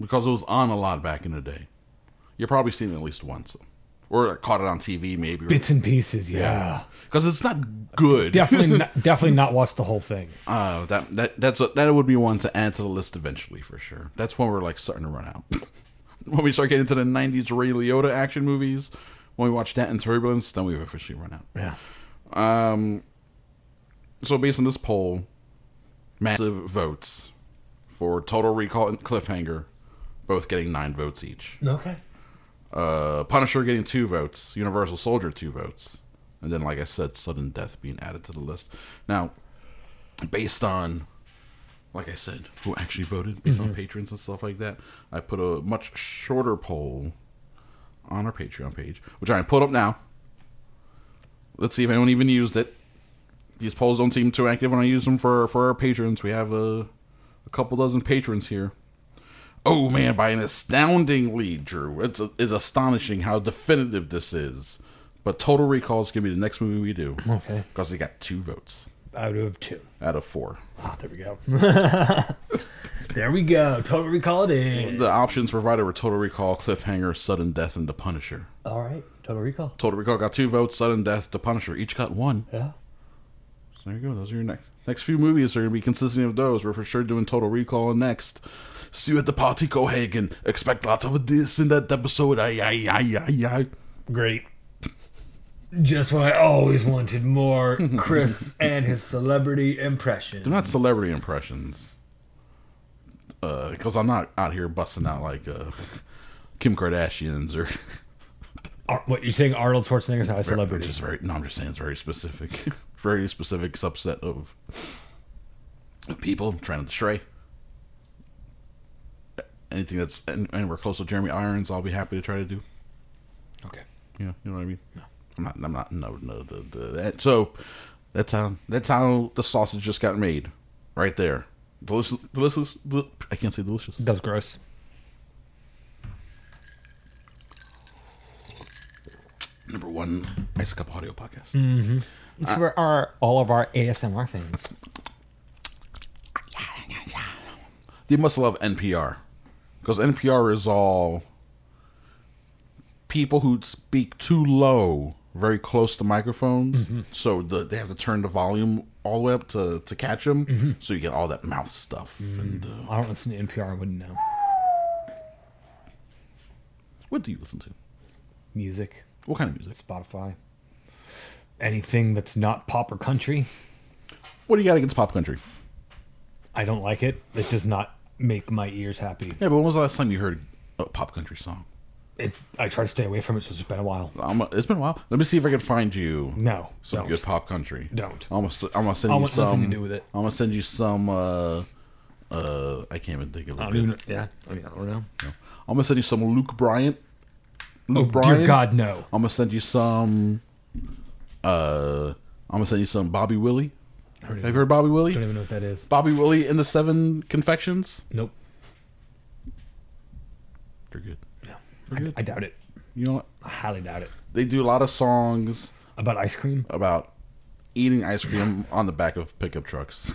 Speaker 5: Because it was on a lot back in the day. You've probably seen it at least once, or caught it on TV maybe.
Speaker 4: Bits and pieces. Yeah.
Speaker 5: Because it's not good. (laughs)
Speaker 4: (laughs) Definitely, not, definitely not watch the whole thing.
Speaker 5: Uh, that that that's a, that would be one to add to the list eventually for sure. That's when we're like starting to run out. (laughs) when we start getting to the '90s Ray Liotta action movies, when we watch that and Turbulence, then we've officially run out.
Speaker 4: Yeah.
Speaker 5: So based on this poll, massive votes for Total Recall and Cliffhanger, both getting nine votes each.
Speaker 4: Okay.
Speaker 5: uh, Punisher getting two votes, Universal Soldier two votes, and then like I said, sudden death being added to the list. Now, based on like I said, who actually voted based on patrons and stuff like that, I put a much shorter poll on our Patreon page, which I put up now. Let's see if anyone even used it. These polls don't seem too active when I use them for for our patrons. We have a, a couple dozen patrons here. Oh man, by an astounding lead, Drew. It's it's astonishing how definitive this is. But Total Recall is gonna be the next movie we do.
Speaker 4: Okay.
Speaker 5: because they got two votes
Speaker 4: Out of two.
Speaker 5: out of four.
Speaker 4: Ah, There we go. (laughs) there we go. Total Recall it is.
Speaker 5: The options provided were Total Recall, Cliffhanger, Sudden Death, and The Punisher.
Speaker 4: All right. Total Recall.
Speaker 5: Total Recall got two votes. Sudden Death, The Punisher each got one.
Speaker 4: Yeah.
Speaker 5: So there you go. Those are your next next few movies are gonna be consisting of those. We're for sure doing Total Recall next. See you at the party, Cohagen. Expect lots of this in that episode. Aye, aye, aye, aye, aye.
Speaker 4: Great. Just what I always wanted more
Speaker 5: (laughs)
Speaker 4: Chris and his celebrity impression.
Speaker 5: They're not celebrity impressions. Because I'm not out here busting out like uh, (laughs) Kim Kardashians or
Speaker 4: Ar- what you're saying, Arnold Schwarzenegger's not a celebrity.
Speaker 5: Just very, no, I'm just saying it's very specific, (laughs) very specific subset of of people trying to stray. Anything that's an- anywhere close to Jeremy Irons, I'll be happy to try to do.
Speaker 4: Okay.
Speaker 5: You know, you know what I mean? No, I'm not. I'm not. No, no. The, the, that, so that's how that's how the sausage just got made, right there. Delicious, delicious. del- I can't say delicious.
Speaker 4: That was gross.
Speaker 5: Number one, Ice Cup Audio Podcast.
Speaker 4: It's for our all of our ASMR things.
Speaker 5: They must love NPR because NPR is all people who speak too low, very close to microphones. So the, they have to turn the volume all the way up to, to catch them. So you get all that mouth stuff. And uh,
Speaker 4: I don't listen to NPR. I wouldn't know.
Speaker 5: what do you listen to?
Speaker 4: Music,
Speaker 5: What kind of music?
Speaker 4: Spotify, anything that's not pop or country.
Speaker 5: What do you got against pop country?
Speaker 4: I don't like it. It does not make my ears happy.
Speaker 5: Yeah, but when was the last time you heard a pop country song?
Speaker 4: It, I try to stay away from it, so it's been a while.
Speaker 5: I'm, it's been a while. Let me see if I can find you.
Speaker 4: No,
Speaker 5: some
Speaker 4: don't.
Speaker 5: good pop country.
Speaker 4: Don't.
Speaker 5: I'm gonna, st- I'm gonna send
Speaker 4: I
Speaker 5: you
Speaker 4: want
Speaker 5: some.
Speaker 4: nothing to do with it.
Speaker 5: I'm gonna send you some uh, Uh, I can't even think of.
Speaker 4: I
Speaker 5: it.
Speaker 4: don't even. know- Yeah, I mean, I don't know.
Speaker 5: I'm gonna send you some Luke Bryant.
Speaker 4: Oh
Speaker 5: Luke
Speaker 4: dear God, no.
Speaker 5: I'm gonna send you some. Uh, I'm gonna send you some Bobby Willie. Have you heard Bobby
Speaker 4: I don't
Speaker 5: Willie?
Speaker 4: even know what that is.
Speaker 5: Bobby Willie and the Seven Confections.
Speaker 4: Nope.
Speaker 5: They're good.
Speaker 4: I, I doubt it.
Speaker 5: You know what?
Speaker 4: I highly doubt it.
Speaker 5: They do a lot of songs
Speaker 4: About ice cream?
Speaker 5: about eating ice cream on the back of pickup trucks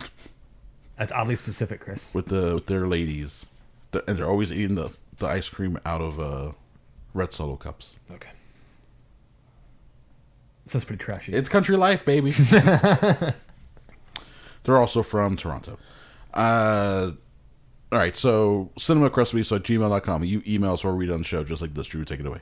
Speaker 5: (laughs)
Speaker 4: That's oddly specific, Chris.
Speaker 5: with the with their ladies, The- and they're always eating the the ice cream out of uh, red solo cups.
Speaker 4: Okay. Sounds pretty trashy.
Speaker 5: It's country life, baby. (laughs) They're also from Toronto. Uh, all right, so cinemacrustbeast at gmail.com. You email us or read on the show just like this. Drew, take it away.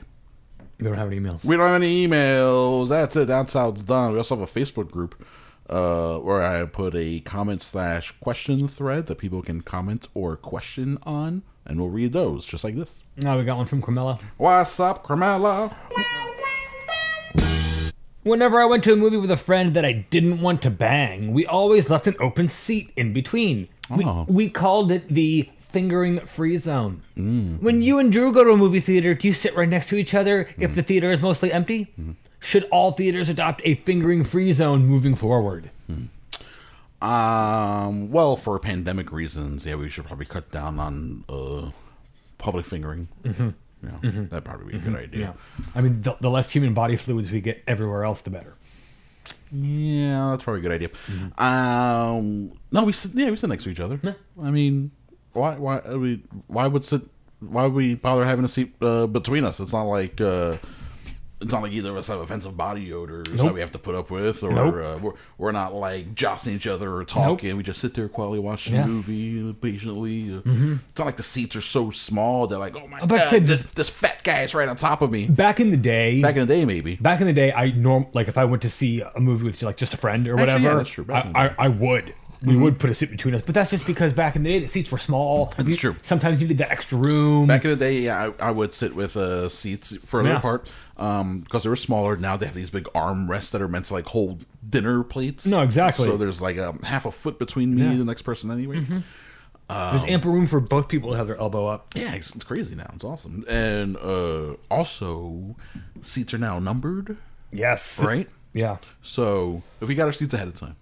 Speaker 4: we don't have any emails.
Speaker 5: We don't have any emails. That's it. That's how it's done. We also have a Facebook group uh, where I put a comment slash question thread that people can comment or question on, and we'll read those just like this.
Speaker 4: no, we got one from Carmela.
Speaker 5: What's up, Carmela?
Speaker 4: Whenever I went to a movie with a friend that I didn't want to bang, we always left an open seat in between.
Speaker 5: Oh.
Speaker 4: We, we called it the fingering free zone.
Speaker 5: Mm.
Speaker 4: When you and Drew go to a movie theater, do you sit right next to each other
Speaker 5: Mm.
Speaker 4: if the theater is mostly empty?
Speaker 5: Mm-hmm.
Speaker 4: Should all theaters adopt a fingering free zone moving forward?
Speaker 5: Um, well, for pandemic reasons, yeah, we should probably cut down on uh, public fingering. Yeah, that'd probably be a good idea.
Speaker 4: I mean, the, the less human body fluids we get everywhere else, the better.
Speaker 5: Yeah, that's probably a good idea.
Speaker 4: Mm-hmm.
Speaker 5: Um, no, we sit. Yeah, we sit next to each other. I mean, why? Why are we? Why would sit? Why would we bother having a seat uh, between us? It's not like uh, it's not like either of us have offensive body odors that we have to put up with, or
Speaker 4: Nope.
Speaker 5: uh, we're we're not like jostling each other or talking. We just sit there quietly watching
Speaker 4: Yeah. Mm-hmm.
Speaker 5: the movie patiently. It's not like the seats are so small. They're like, oh my
Speaker 4: about to
Speaker 5: god,
Speaker 4: say,
Speaker 5: this
Speaker 4: this-
Speaker 5: this fat guy is right on top of
Speaker 4: (laughs)
Speaker 5: me.
Speaker 4: Back in the day,
Speaker 5: Back in the day, maybe.
Speaker 4: back in the day, I norm like if I went to see a movie with like just a friend or whatever,
Speaker 5: yeah, that's true. Back in the
Speaker 4: I,
Speaker 5: day. Mm-hmm.
Speaker 4: I, I would. We would put a seat between us, but that's just because back in the day the seats were small.
Speaker 5: That's
Speaker 4: You-
Speaker 5: true.
Speaker 4: Sometimes you needed that extra room.
Speaker 5: Back in the day, yeah, I, I would sit with uh, seats further
Speaker 4: Yeah.
Speaker 5: apart because um, they were smaller. Now they have these big armrests that are meant to like hold dinner plates.
Speaker 4: No, exactly.
Speaker 5: So there's like um, half a foot between me
Speaker 4: Yeah. Mm-hmm.
Speaker 5: and the next person anyway.
Speaker 4: There's ample room for both people to have their elbow up.
Speaker 5: Yeah, it's, it's crazy now. It's awesome. And uh, also, seats are now numbered,
Speaker 4: Yes.
Speaker 5: right?
Speaker 4: Yeah.
Speaker 5: So if we got our seats ahead of time,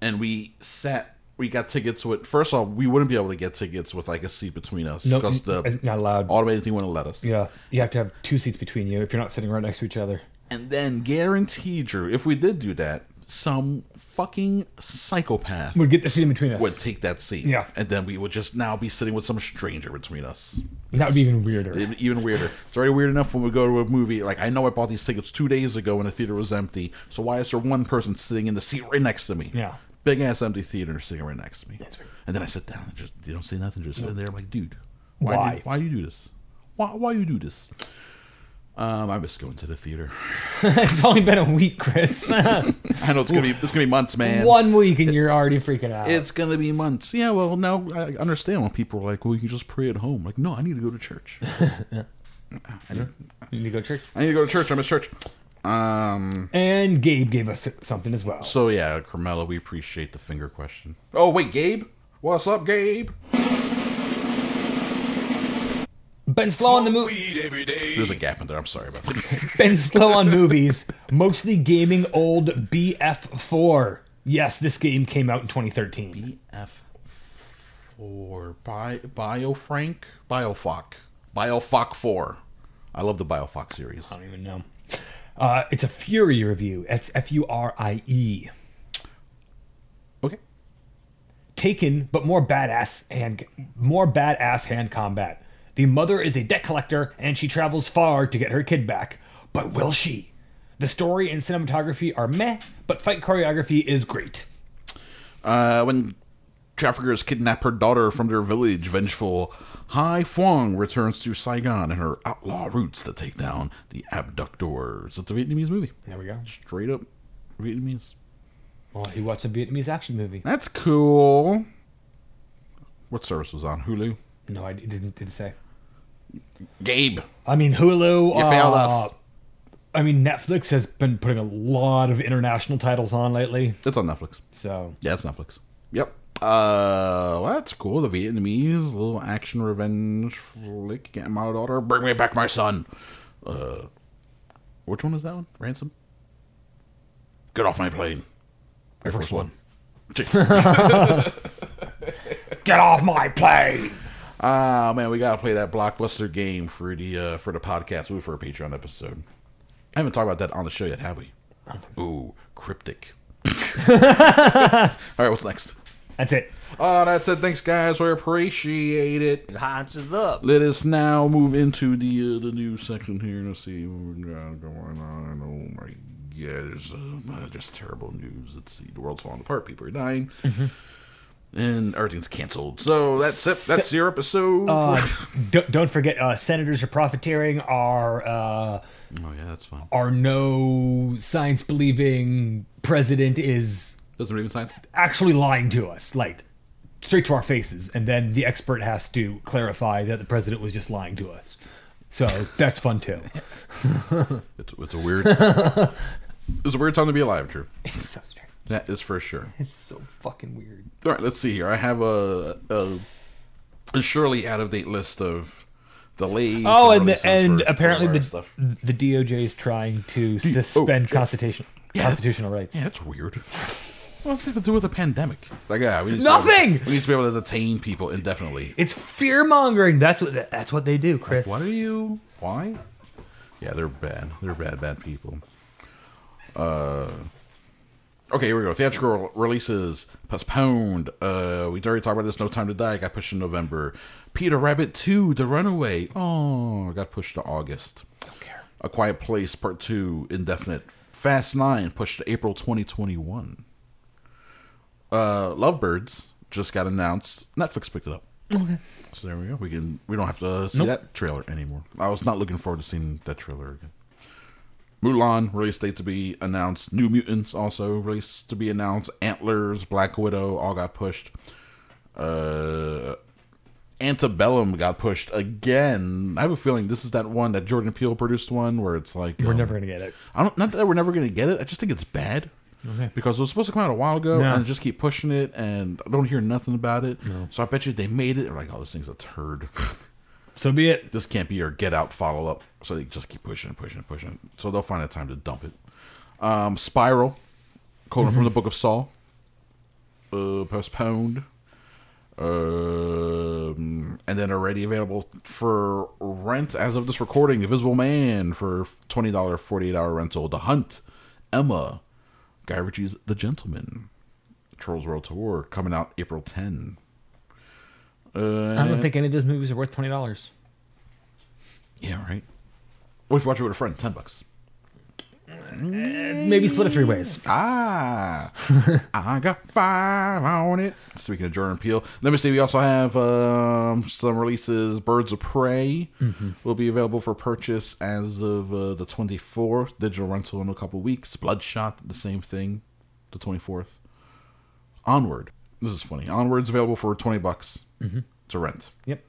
Speaker 5: and we sat, we got tickets with. First off, we wouldn't be able to get tickets with like a seat between us
Speaker 4: Nope,
Speaker 5: because the
Speaker 4: it's not allowed.
Speaker 5: automated thing wouldn't let us.
Speaker 4: Yeah. You have to have two seats between you if you're not sitting right next to each other.
Speaker 5: And then guarantee, Drew, if we did do that, some fucking psychopath
Speaker 4: We'd get the seat in between us.
Speaker 5: would take that seat.
Speaker 4: Yeah.
Speaker 5: And then we would just now be sitting with some stranger between us.
Speaker 4: that would be even weirder.
Speaker 5: Even even weirder. It's already weird enough when we go to a movie. Like, I know I bought these tickets two days ago when the theater was empty. So why is there one person sitting in the seat right next to me?
Speaker 4: Yeah.
Speaker 5: Big ass empty theater sitting right next to me. And then I sit down and just, you don't say nothing. Just sitting there. I'm like, dude, why?
Speaker 4: Why?
Speaker 5: do, why do you do this? Why, why you do this? Um, I miss going to the theater.
Speaker 4: (laughs) it's only been a
Speaker 5: (laughs)
Speaker 4: week, Chris.
Speaker 5: I know it's gonna be it's gonna be months, man.
Speaker 4: One week and you're already freaking out.
Speaker 5: It's gonna be months. Yeah, well, now I understand when people are like, "Well, you can just pray at home." Like, no, I need to go to church.
Speaker 4: you need to go to church.
Speaker 5: I need to go to church. I miss church. Um.
Speaker 4: And Gabe gave us something as well.
Speaker 5: So yeah, Carmela, we appreciate the finger question. Oh wait, Gabe, what's up, Gabe?
Speaker 4: Ben Slow on the movie.
Speaker 5: There's a gap in there. I'm sorry about that.
Speaker 4: been slow on movies, mostly gaming old BF4. Yes, this game came out in 2013.
Speaker 5: F four bi biofrank biofoc biofoc four. I love the biofoc series.
Speaker 4: I don't even know. Uh, it's a Fury review. That's F U R I E.
Speaker 5: Okay.
Speaker 4: Taken, but more badass hand, more badass hand combat. The mother is a debt collector, and she travels far to get her kid back. But will she? The story and cinematography are meh, but fight choreography is great.
Speaker 5: Uh, when traffickers kidnap her daughter from their village, vengeful Hai Phuong returns to Saigon and her outlaw roots to take down the abductors. It's a Vietnamese movie.
Speaker 4: There we go.
Speaker 5: Straight up Vietnamese.
Speaker 4: Well, he watched a Vietnamese action movie.
Speaker 5: That's cool. What service was on? Hulu?
Speaker 4: No, I it didn't. Did say.
Speaker 5: Gabe.
Speaker 4: I mean, Hulu.
Speaker 5: You
Speaker 4: uh,
Speaker 5: failed us.
Speaker 4: I mean, Netflix has been putting a lot of international titles on lately.
Speaker 5: It's on Netflix.
Speaker 4: So
Speaker 5: Yeah, it's Netflix. Yep. Uh, well, that's cool. The Vietnamese little action revenge flick. Get my daughter. Bring me back my son. Uh, which one is that one? Ransom. Get off my plane. Air Force One. Jeez. (laughs)
Speaker 4: Get off my plane.
Speaker 5: Ah man, we gotta play that blockbuster game for the uh, for the podcast Ooh, for a Patreon episode. I haven't talked about that on the show yet, have we? Ooh, (laughs) cryptic. All right, what's next?
Speaker 4: That's it.
Speaker 5: Oh, that's it. Thanks, guys. We appreciate it.
Speaker 7: Hunches up.
Speaker 5: Let us now move into the uh, the new section here. Let's see what we got going on. Oh my god, there's uh, just terrible news. Let's see, the world's falling apart. People are dying, and everything's canceled. So that's it. That's your episode.
Speaker 4: Uh, (laughs) don't, don't forget, uh, senators are profiteering. Are uh,
Speaker 5: oh yeah, that's fine.
Speaker 4: are no science believing president is
Speaker 5: Doesn't believe in science.
Speaker 4: actually lying to us, like straight to our faces, and then the expert has to clarify that the president was just lying to us. So that's fun too.
Speaker 5: It's it's a weird. it's a weird time to be alive, Drew.
Speaker 4: (laughs) It's so strange.
Speaker 5: That is for sure.
Speaker 4: It's so fucking weird.
Speaker 5: All right, let's see here. I have a a, a surely out of date list of delays.
Speaker 4: Oh, and
Speaker 5: releases
Speaker 4: the, and
Speaker 5: for
Speaker 4: apparently
Speaker 5: coronavirus
Speaker 4: the
Speaker 5: stuff.
Speaker 4: the DOJ is trying to suspend constitution, constitutional rights.
Speaker 5: yeah, that's weird. What's it have to do with a pandemic? Like, yeah, we need to-
Speaker 4: Nothing!
Speaker 5: we need to be able to detain people indefinitely.
Speaker 4: It's fear mongering. That's what that's what they do, Chris.
Speaker 5: What are you? Why? Yeah, they're bad. They're bad, bad people. Uh, okay, here we go. Theatrical releases postponed. Uh, we already talked about this. No Time to Die got pushed in November. Peter Rabbit Two: The Runaway. Oh, got pushed to August. Don't care. A Quiet Place Part Two indefinite. Fast Nine pushed to April 2021. Uh, Lovebirds just got announced. Netflix picked it up. So there we go. We can we don't have to see that trailer anymore. I was not looking forward to seeing that trailer again. Mulan release date to be announced. New Mutants also release to be announced. Antlers, Black Widow all got pushed. Uh, Antebellum got pushed again. I have a feeling this is that one that Jordan Peele produced one where it's like um,
Speaker 4: We're never gonna get it.
Speaker 5: I don't not that we're never gonna get it. I just think it's bad. Because it was supposed to come out a while ago
Speaker 4: Yeah.
Speaker 5: and just keep pushing it and I don't hear nothing about it. So I bet you they made it. They're like, oh, this thing's a turd. (laughs)
Speaker 4: So be it.
Speaker 5: this can't be your get out follow up. So they just keep pushing, pushing, pushing. So they'll find a time to dump it. Um, Spiral, quoting from the Book of Saul, uh, postponed. Um, and then already available for rent as of this recording. Invisible Man for twenty dollar forty eight hour rental. The Hunt, Emma, Guy Ritchie's The Gentleman, Trolls World Tour coming out April ten. Uh,
Speaker 4: I don't think any of those movies are worth twenty dollars.
Speaker 5: yeah, right. What if you watch it with a friend? Ten bucks.
Speaker 4: Maybe split it three ways.
Speaker 5: Ah, (laughs) I got five on it. Speaking of Jordan Peele, let me see. We also have um, some releases. Birds of Prey will be available for purchase as of uh, the 24th. Digital rental in a couple weeks. Bloodshot, the same thing, the 24th. Onward. This is funny. Onward's available for 20 bucks to rent,
Speaker 4: Yep.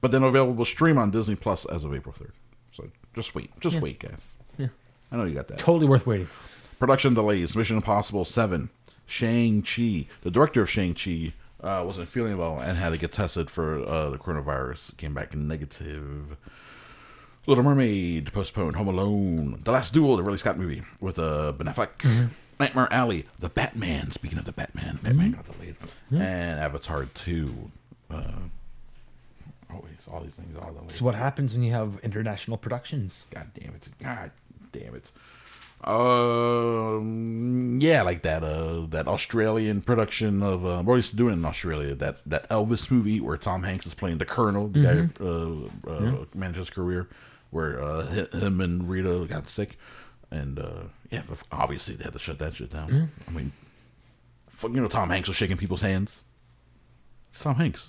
Speaker 5: but then available stream on Disney Plus as of April 3rd. So just wait. Just wait, guys. Yeah. I know you got that.
Speaker 4: Totally worth waiting.
Speaker 5: Production delays. Mission Impossible Seven. Shang Chi. The director of Shang Chi uh, wasn't feeling well and had to get tested for uh, the coronavirus. Came back negative. Little Mermaid postponed. Home Alone. The Last Duel. The Ridley Scott movie with uh, Ben Affleck. Nightmare Alley. The Batman. Speaking of the Batman, Batman got delayed. And Avatar Two. Uh, always all these things all delayed.
Speaker 4: It's what happens when you have international productions.
Speaker 5: God damn it. God damn it. Um, yeah, like that uh that Australian production of uh, we're used to doing in Australia that that Elvis movie where Tom Hanks is playing the Colonel, the
Speaker 4: Mm-hmm.
Speaker 5: guy who, uh, uh, managed his career, where uh, hi- him and Rita got sick, and uh, yeah, f- obviously they had to shut that shit down. I mean, fuck, you know Tom Hanks was shaking people's hands. It's Tom Hanks.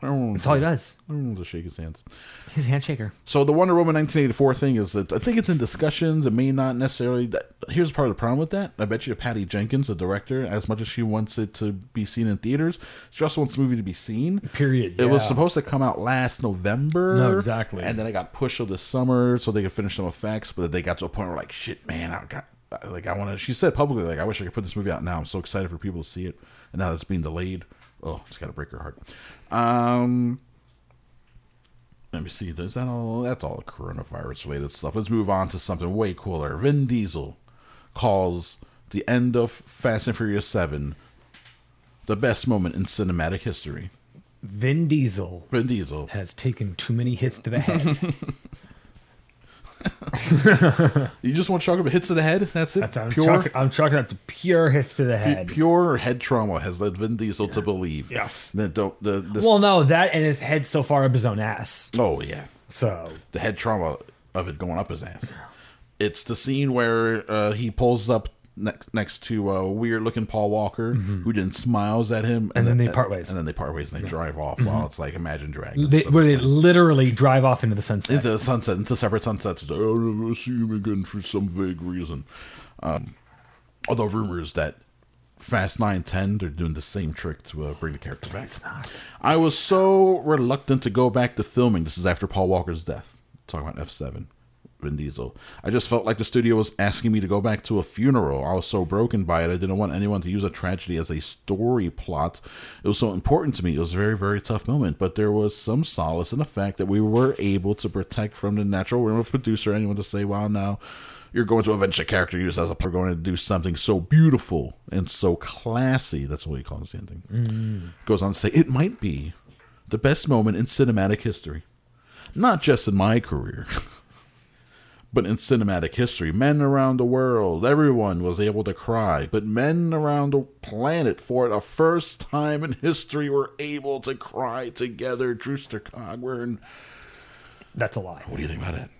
Speaker 4: That's all he does.
Speaker 5: Everyone wants to shake his hands.
Speaker 4: He's a handshaker.
Speaker 5: So the Wonder Woman 1984 thing is, it's, I think it's in discussions. It may not necessarily. That, here's part of the problem with that. I bet you Patty Jenkins, the director, as much as she wants it to be seen in theaters, she also wants the movie to be seen.
Speaker 4: Period,
Speaker 5: It was
Speaker 4: yeah.
Speaker 5: supposed to come out last November.
Speaker 4: No, exactly.
Speaker 5: And then it got pushed till this summer so they could finish some effects. But they got to a point where like, shit, man, I got I- like I want to. She said publicly, like I wish I could put this movie out now. I'm so excited for people to see it, and now that it's being delayed, oh, it's gotta break her heart. Um, let me see. Is that all? That's all coronavirus related stuff. Let's move on to something way cooler. Vin Diesel calls the end of Fast and Furious Seven the best moment in cinematic history.
Speaker 4: Vin Diesel
Speaker 5: Vin Diesel.
Speaker 4: has taken too many hits to
Speaker 5: (laughs)
Speaker 4: the head.
Speaker 5: You just want to talk about hits to the head? That's it.
Speaker 4: That's, I'm,
Speaker 5: pure,
Speaker 4: chalking, I'm chalking up to pure hits to the head.
Speaker 5: pure head trauma has led Vin Diesel to believe.
Speaker 4: Yes.
Speaker 5: That don't the this,
Speaker 4: well, no, that and his head so far up his own ass.
Speaker 5: Oh yeah,
Speaker 4: So
Speaker 5: the head trauma of it going up his ass. It's the scene where uh, he pulls up ne- next to a weird looking Paul Walker who then smiles at him,
Speaker 4: Mm-hmm. And then they part ways. Mm-hmm.
Speaker 5: And then they part ways and they drive off. While it's like Imagine Dragons,
Speaker 4: they,
Speaker 5: So
Speaker 4: where they
Speaker 5: it's like-
Speaker 4: literally drive off into the sunset.
Speaker 5: into the sunset, into separate sunsets. It's like, I'll never see him again for some vague reason. Um, although rumors that Fast 9, 10, they're doing the same trick to uh, bring the character back. I was so reluctant to go back to filming. This is after Paul Walker's death. Talking about F7, Vin Diesel. I just felt like the studio was asking me to go back to a funeral. I was so broken by it. I didn't want anyone to use a tragedy as a story plot. It was so important to me. It was a very, very tough moment. But there was some solace in the fact that we were able to protect from the natural realm of producer anyone to say, wow, now you're going to avenge a character used as a are going to do something so beautiful and so classy. That's what he calls the ending. Goes on to say, it might be the best moment in cinematic history. Not just in my career, (laughs) but in cinematic history. Men around the world, everyone was able to cry, but men around the planet, for the first time in history, were able to cry together. Drewster Cogburn.
Speaker 4: That's a lie.
Speaker 5: What do you think about that?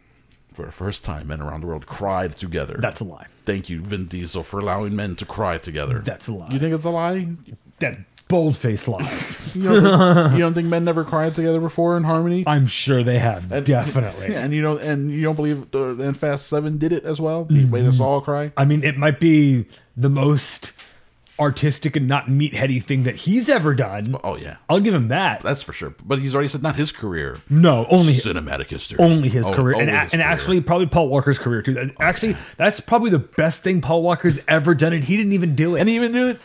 Speaker 5: For the first time, men around the world cried together.
Speaker 4: That's a lie.
Speaker 5: Thank you, Vin Diesel, for allowing men to cry together.
Speaker 4: That's a lie.
Speaker 5: You think it's a lie?
Speaker 4: that bold
Speaker 5: (laughs)
Speaker 4: faced lie.
Speaker 5: You don't, think, you don't think men never cried together before in harmony?
Speaker 4: I'm sure they have definitely.
Speaker 5: Yeah, and you don't and you don't believe the and Fast Seven did it as well. He made us all cry.
Speaker 4: I mean, it might be the most artistic and not meatheady thing that he's ever done.
Speaker 5: Oh yeah,
Speaker 4: I'll give him that.
Speaker 5: that's for sure. But he's already said not his career,
Speaker 4: No, only
Speaker 5: cinematic history,
Speaker 4: only his
Speaker 5: Oh,
Speaker 4: career, and,
Speaker 5: only
Speaker 4: a-
Speaker 5: his
Speaker 4: and
Speaker 5: career. Oh,
Speaker 4: actually probably Paul Walker's career too. That- Actually, that's probably the best thing Paul Walker's ever done, and he didn't even do it.
Speaker 5: and he even knew it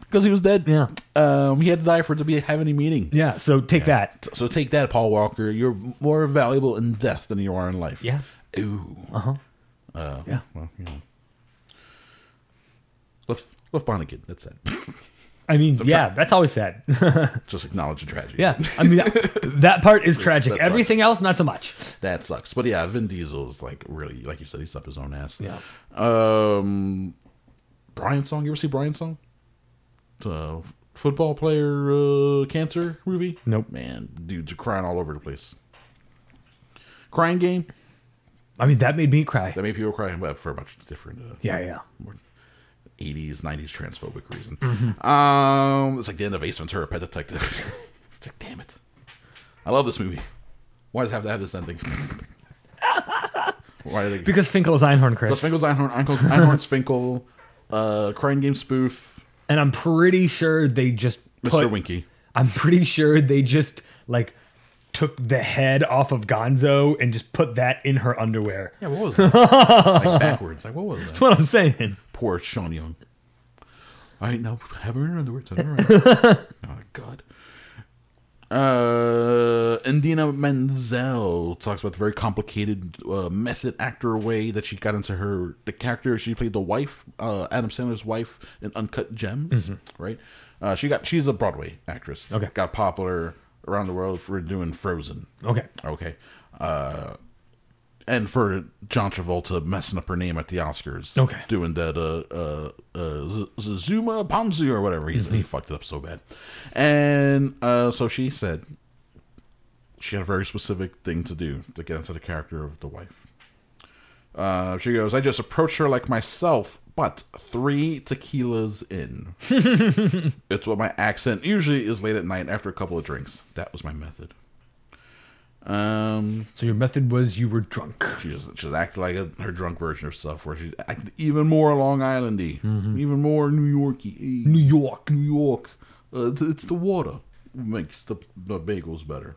Speaker 5: because he was dead.
Speaker 4: Yeah.
Speaker 5: um, he had to die for it to be have any meaning.
Speaker 4: yeah, so take that.
Speaker 5: So take that, Paul Walker. You're more valuable in death than you are in life.
Speaker 4: Yeah.
Speaker 5: Ooh. Uh,
Speaker 4: Yeah,
Speaker 5: Left left behind a kid. That's it. (laughs)
Speaker 4: I mean, yeah, that's always sad.
Speaker 5: Just acknowledge the tragedy.
Speaker 4: yeah, I
Speaker 5: (laughs)
Speaker 4: mean that, that part is tragic.
Speaker 5: that sucks.
Speaker 4: Everything else, not so much.
Speaker 5: That sucks. But yeah, Vin Diesel is like really, like you said, he's up his own ass.
Speaker 4: Yeah.
Speaker 5: Um, Brian Song. You ever see Brian Song? It's a football player uh, cancer movie.
Speaker 4: Nope.
Speaker 5: Man, dudes are crying all over the place. Crying game.
Speaker 4: I mean, that made me cry.
Speaker 5: That made people cry, but for a bunch of different. Uh,
Speaker 4: Yeah, yeah.
Speaker 5: more 80s, 90s transphobic reason.
Speaker 4: Mm-hmm.
Speaker 5: Um, it's like the end of Ace Ventura: Pet Detective. (laughs) it's like, damn it, I love this movie. Why does it have to have this ending? (laughs) Why are they?
Speaker 4: Because Finkel is Einhorn,
Speaker 5: the
Speaker 4: Chris.
Speaker 5: Finkel's Einhorn, Einhorn's, Einhorn's Finkel, uh, Crying Game spoof,
Speaker 4: and I'm pretty sure they just
Speaker 5: Mr.
Speaker 4: put-
Speaker 5: Winky.
Speaker 4: I'm pretty sure they just like took the head off of Gonzo and just put that in her underwear.
Speaker 5: Yeah, what was that? like backwards. Like what was that?
Speaker 4: That's what I'm saying.
Speaker 5: Poor Sean Young. All right, now have her in her underwear. It's all right.
Speaker 4: (laughs)
Speaker 5: oh God. Uh, Indina Menzel talks about the very complicated uh, method actor way that she got into her the character she played the wife, uh, Adam Sandler's wife in Uncut Gems, right? Uh, she got she's a Broadway actress.
Speaker 4: Mm-hmm. Okay.
Speaker 5: got popular around the world for doing Frozen.
Speaker 4: Okay.
Speaker 5: Okay. Uh, and for John Travolta messing up her name at the Oscars.
Speaker 4: Okay.
Speaker 5: Doing that uh, uh, uh, Z- Z- Zuma Bonzu or whatever. He's, He fucked it up so bad. And uh, so she said she had a very specific thing to do to get into the character of the wife. Uh, she goes, I just approached her like myself, but three tequilas in. it's what my accent usually is late at night after a couple of drinks. That was my method. Um,
Speaker 4: So your method was you were drunk.
Speaker 5: she just she just acted like a, her drunk version of stuff, where she acted even more Long Islandy, even more New Yorky, eh, Mm-hmm. New York, New York. Uh, it's, it's the water makes the, the bagels better.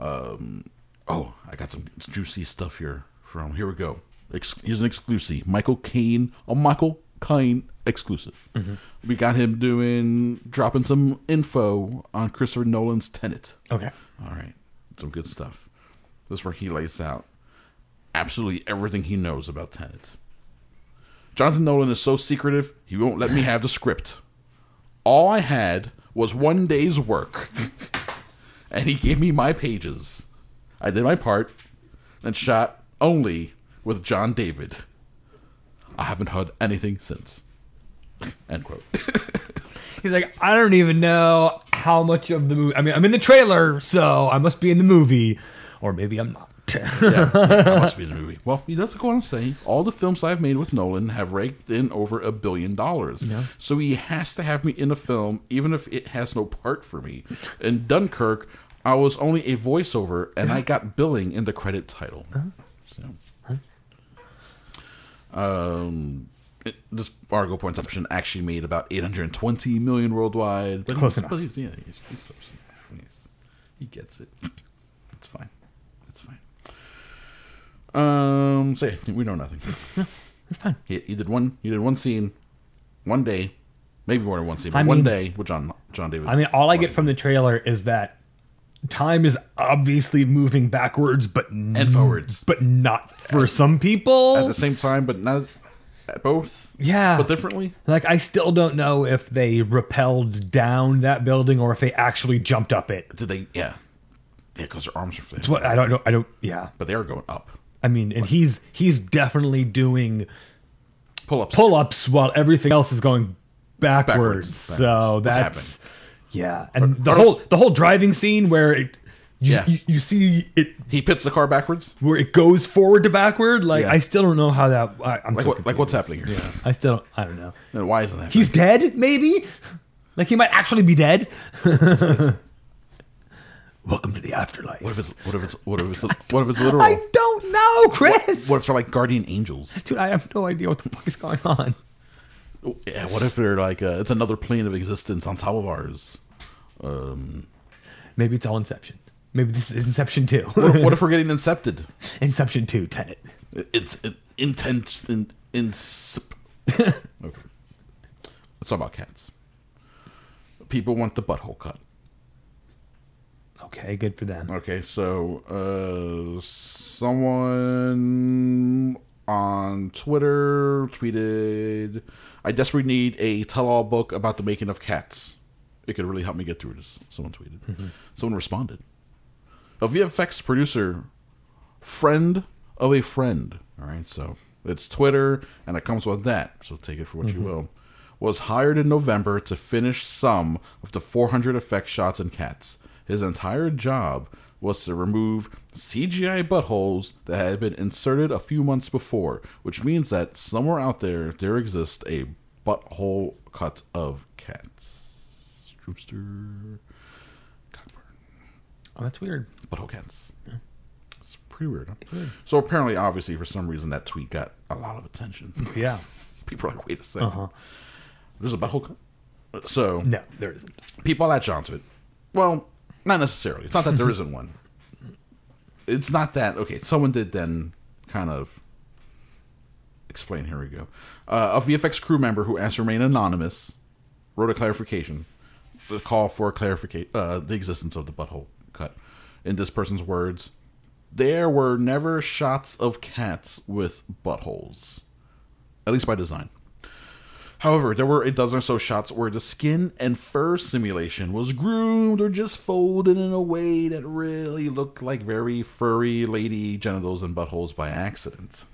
Speaker 5: Um, oh, I got some juicy stuff here from here we go. Ex- he's an exclusive. Michael Caine, a Michael Caine exclusive. We got him doing dropping some info on Christopher Nolan's Tenet.
Speaker 4: Okay.
Speaker 5: All right, some good stuff. This is where he lays out absolutely everything he knows about Tenet. Jonathan Nolan is so secretive, he won't let me have the script. All I had was one day's work, (laughs) and he gave me my pages. I did my part and shot only with John David. I haven't heard anything since. (laughs) End quote.
Speaker 4: He's like, I don't even know how much of the movie. I mean, I'm in the trailer, so I must be in the movie, or maybe I'm not.
Speaker 5: (laughs)
Speaker 4: (laughs)
Speaker 5: That must be the movie. Well, he does go on to say all the films I've made with Nolan have raked in over a billion dollars. So he has to have me in a film, even if it has no part for me. In Dunkirk, I was only a voiceover, and I got billing in the credit title.
Speaker 4: Uh-huh.
Speaker 5: So. Um, it, this article points out production actually made about 820 million worldwide. But
Speaker 4: Close
Speaker 5: he's-
Speaker 4: enough.
Speaker 5: But he's, yeah, he's, he's close enough. He's- he gets it. It's fine. It's fine. Um, so yeah, we know
Speaker 4: (laughs)
Speaker 5: nothing.
Speaker 4: It's fine.
Speaker 5: He, he did one. He did one scene, one day, maybe more than one scene, but
Speaker 4: I
Speaker 5: one
Speaker 4: mean-
Speaker 5: day with John John David.
Speaker 4: I mean, all I get from the trailer is that time is obviously moving backwards, but n-
Speaker 5: and forwards
Speaker 4: but not for some people.
Speaker 5: at the same time, but not at both.
Speaker 4: Yeah.
Speaker 5: but differently.
Speaker 4: Like I still don't know if they rappelled down that building or if they actually jumped up it.
Speaker 5: Did they? Yeah, yeah, because their arms are flailing.
Speaker 4: It's what I don't know. I don't. Yeah.
Speaker 5: But they are going up.
Speaker 4: I mean, and he's he's definitely doing
Speaker 5: Pull ups.
Speaker 4: pull ups while everything else is going backwards.
Speaker 5: Backwards,
Speaker 4: So
Speaker 5: backwards. What's
Speaker 4: that's yeah, and the
Speaker 5: or-
Speaker 4: whole the whole driving scene where it you,
Speaker 5: Yeah.
Speaker 4: you, you see it
Speaker 5: He pits the car backwards.
Speaker 4: where it goes forward to backward. Like
Speaker 5: Yeah.
Speaker 4: I still don't know how that. I, I'm
Speaker 5: Like
Speaker 4: so
Speaker 5: what? Like what's
Speaker 4: confused.
Speaker 5: happening here?
Speaker 4: I still don't, I don't know.
Speaker 5: And why isn't that?
Speaker 4: He's dead, maybe. Like he might actually be dead. (laughs) Welcome to the afterlife.
Speaker 5: what if it's what if it's what if it's what if it's literal?
Speaker 4: (laughs) I don't know, Chris.
Speaker 5: What if they're like guardian angels?
Speaker 4: Dude, I have no idea what the fuck is going on.
Speaker 5: Yeah, what if they're like uh, it's another plane of existence on top of ours? Um,
Speaker 4: Maybe it's all Inception. Maybe this is Inception Two.
Speaker 5: what, what if we're getting incepted?
Speaker 4: (laughs) Inception Two, Tenet.
Speaker 5: It's an intense in, insip- okay. Let's talk about cats. People want the butthole cut.
Speaker 4: Okay, good for them.
Speaker 5: Okay, so uh, someone on Twitter tweeted, "I desperately need a tell-all book about the making of cats. It could really help me get through this." Someone tweeted. Someone responded, "A VFX producer, friend of a friend. All right, so it's Twitter, and it comes with that. So take it for what you will." Was hired in November to finish some of the 400 effect shots in Cats. His entire job was to remove CGI buttholes that had been inserted a few months before, which means that somewhere out there there exists a butthole cut of Cats. Stroopster,
Speaker 4: Oh, that's weird.
Speaker 5: butthole cats. It's pretty weird. Huh? So apparently, obviously, for some reason, that tweet got a lot of attention. (laughs)
Speaker 4: Yeah. Uh-huh.
Speaker 5: People are like, wait a 2nd There's a butthole cut. So
Speaker 4: No, there it isn't.
Speaker 5: people latch onto it. Well, not necessarily. It's not that there isn't one. It's not that okay. Someone did then kind of explain. Here we go. Uh, a VFX crew member who asked to remain anonymous wrote a clarification, the call for clarification, uh, the existence of the butthole cut. In this person's words, there were never shots of cats with buttholes, at least by design. However, there were a dozen or so shots where the skin and fur simulation was groomed or just folded in a way that really looked like very furry lady genitals and buttholes by accident.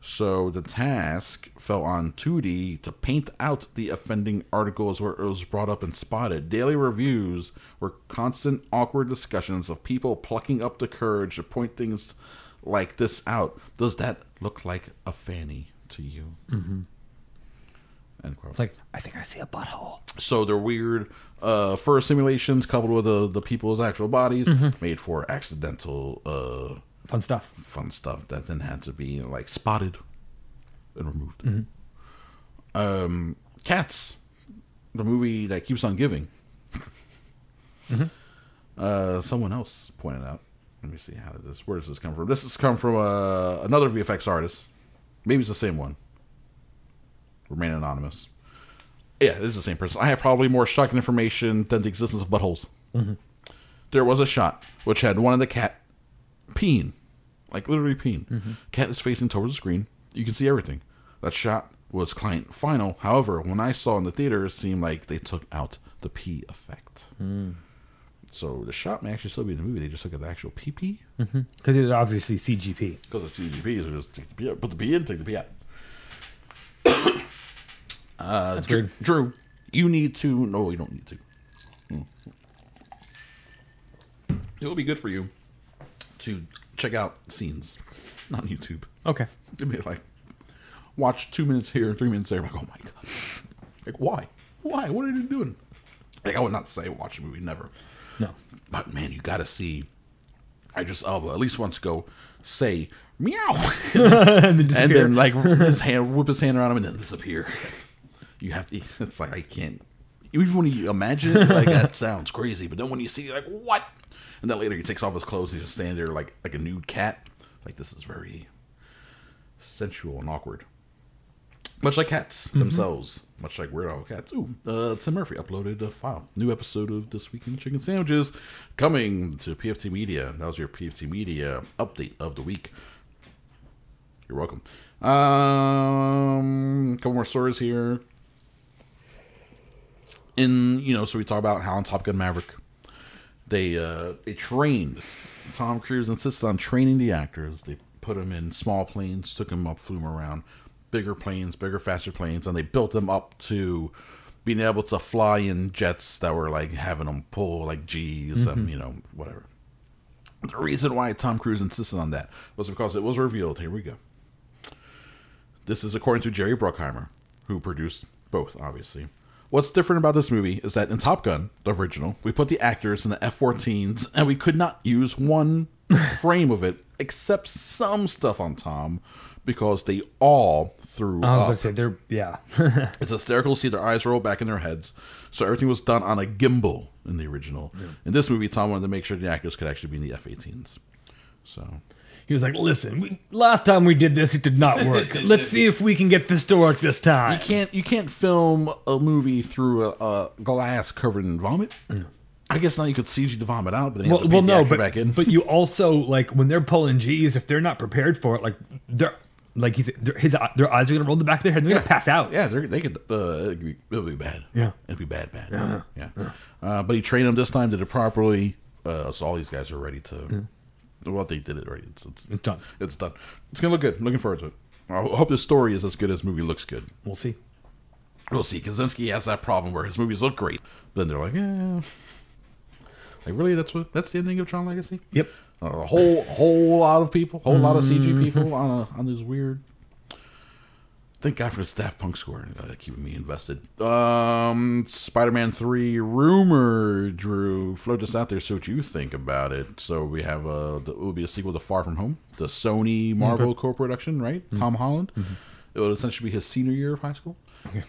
Speaker 5: So the task fell on 2D to paint out the offending articles where it was brought up and spotted. Daily reviews were constant awkward discussions of people plucking up the courage to point things like this out. Does that look like a fanny to you? Mm-hmm. End quote.
Speaker 4: Like I think I see a butthole.
Speaker 5: So they're weird uh, fur simulations coupled with uh, the, the people's actual bodies made for accidental uh,
Speaker 4: Fun stuff.
Speaker 5: fun stuff that then had to be like spotted and removed. Um, Cats, the movie that keeps on giving. Uh, someone else pointed out. Let me see how did this. Where does this come from? This has come from uh, another VFX artist Maybe it's the same one. Remain anonymous. Yeah, it is the same person. I have probably more shocking information than the existence of buttholes. There was a shot which had one of the cat peeing, like literally peeing. Cat is facing towards the screen. You can see everything. That shot was client final. However, when I saw in the theater, it seemed like they took out the pee effect. So the shot may actually still be in the movie. They just took out the actual pee pee
Speaker 4: because it's obviously CGP.
Speaker 5: because of TGPs. Or just take the pee out, put the pee in, take the pee out. (coughs)
Speaker 4: That's weird.
Speaker 5: Uh, Drew, you need to. No, you don't need to. Mm. It will be good for you to check out scenes, not YouTube.
Speaker 4: Okay,
Speaker 5: It may like watch two minutes here and three minutes there. I'm like, oh my god, like why, why? What are you doing? Like I would not say watch a movie, never.
Speaker 4: no,
Speaker 5: But man, you gotta see Idris Elba at least once go say meow, (laughs)
Speaker 4: and then
Speaker 5: and
Speaker 4: disappear.
Speaker 5: then like his hand, whip his hand around him, and then disappear. You have to. It's like I can't. Even when you imagine it, like that sounds crazy, but then when you see, it, you're like what? And then later he takes off his clothes. He's just standing there like like a nude cat. Like this is very sensual and awkward. Much like cats themselves, much like weirdo cats. Ooh, uh, Tim Murphy uploaded a file. New episode of This Week in Chicken Sandwiches coming to PFT Media. That was your PFT Media update of the week. You're welcome. Um, couple more stories here. In you know, so we talk about how on Top Gun Maverick, they uh they trained. Tom Cruise insisted on training the actors. They put them in small planes, took them up, flew them around, bigger planes, bigger, faster planes, and they built them up to being able to fly in jets that were like having them pull like G's, um, you know, whatever. The reason why Tom Cruise insisted on that was because it was revealed. Here we go. This is according to Jerry Bruckheimer, who produced both, obviously. What's different about this movie is that in Top Gun, the original, we put the actors in the F 14s and we could not use one frame of it except some stuff on Tom because they all threw
Speaker 4: I was
Speaker 5: up.
Speaker 4: about to say they're yeah. (laughs)
Speaker 5: It's hysterical to see their eyes roll back in their heads. So everything was done on a gimbal in the original. In this movie, Tom wanted to make sure the actors could actually be in the F 18s. So
Speaker 4: he was like, "Listen, we, last time we did this, it did not work.
Speaker 5: (laughs)
Speaker 4: Let's see if we can get this to work this
Speaker 5: you
Speaker 4: time."
Speaker 5: can't you can't film a movie through a, a glass covered in vomit. I guess now you could CG the vomit out, but then you
Speaker 4: Well,
Speaker 5: have to
Speaker 4: well,
Speaker 5: paint
Speaker 4: no,
Speaker 5: the actor
Speaker 4: but
Speaker 5: back in.
Speaker 4: but you also like when they're pulling G's, if they're not prepared for it, like they're like he's, their- his their eyes are gonna roll in the back of their head, and they're gonna pass out.
Speaker 5: Yeah, they're, they could. Uh, it'd be, it'll be bad.
Speaker 4: Yeah.
Speaker 5: it'd be bad, bad. Yeah, Uh, but he trained them this time. Did it properly. Uh, so all these guys are ready to. Well, they did it right. It's, it's,
Speaker 4: It's done.
Speaker 5: It's done. It's gonna look good. Looking forward to it. I hope the story is as good as the movie looks good.
Speaker 4: We'll see.
Speaker 5: We'll see. Kaczynski has that problem where his movies look great, but then they're like, yeah. Like really, that's what that's the ending of Tron Legacy.
Speaker 4: Yep.
Speaker 5: a whole whole lot of people, whole lot of CG people on a, on this weird. Thank God for the Daft Punk score, uh, keeping me invested. Um, Spider-Man Three rumor, Drew, float this out there. See what you think about it. So we have uh the, it will be a sequel to Far From Home, the Sony Marvel co-production, right? Tom Holland. It would essentially be his senior year of high school.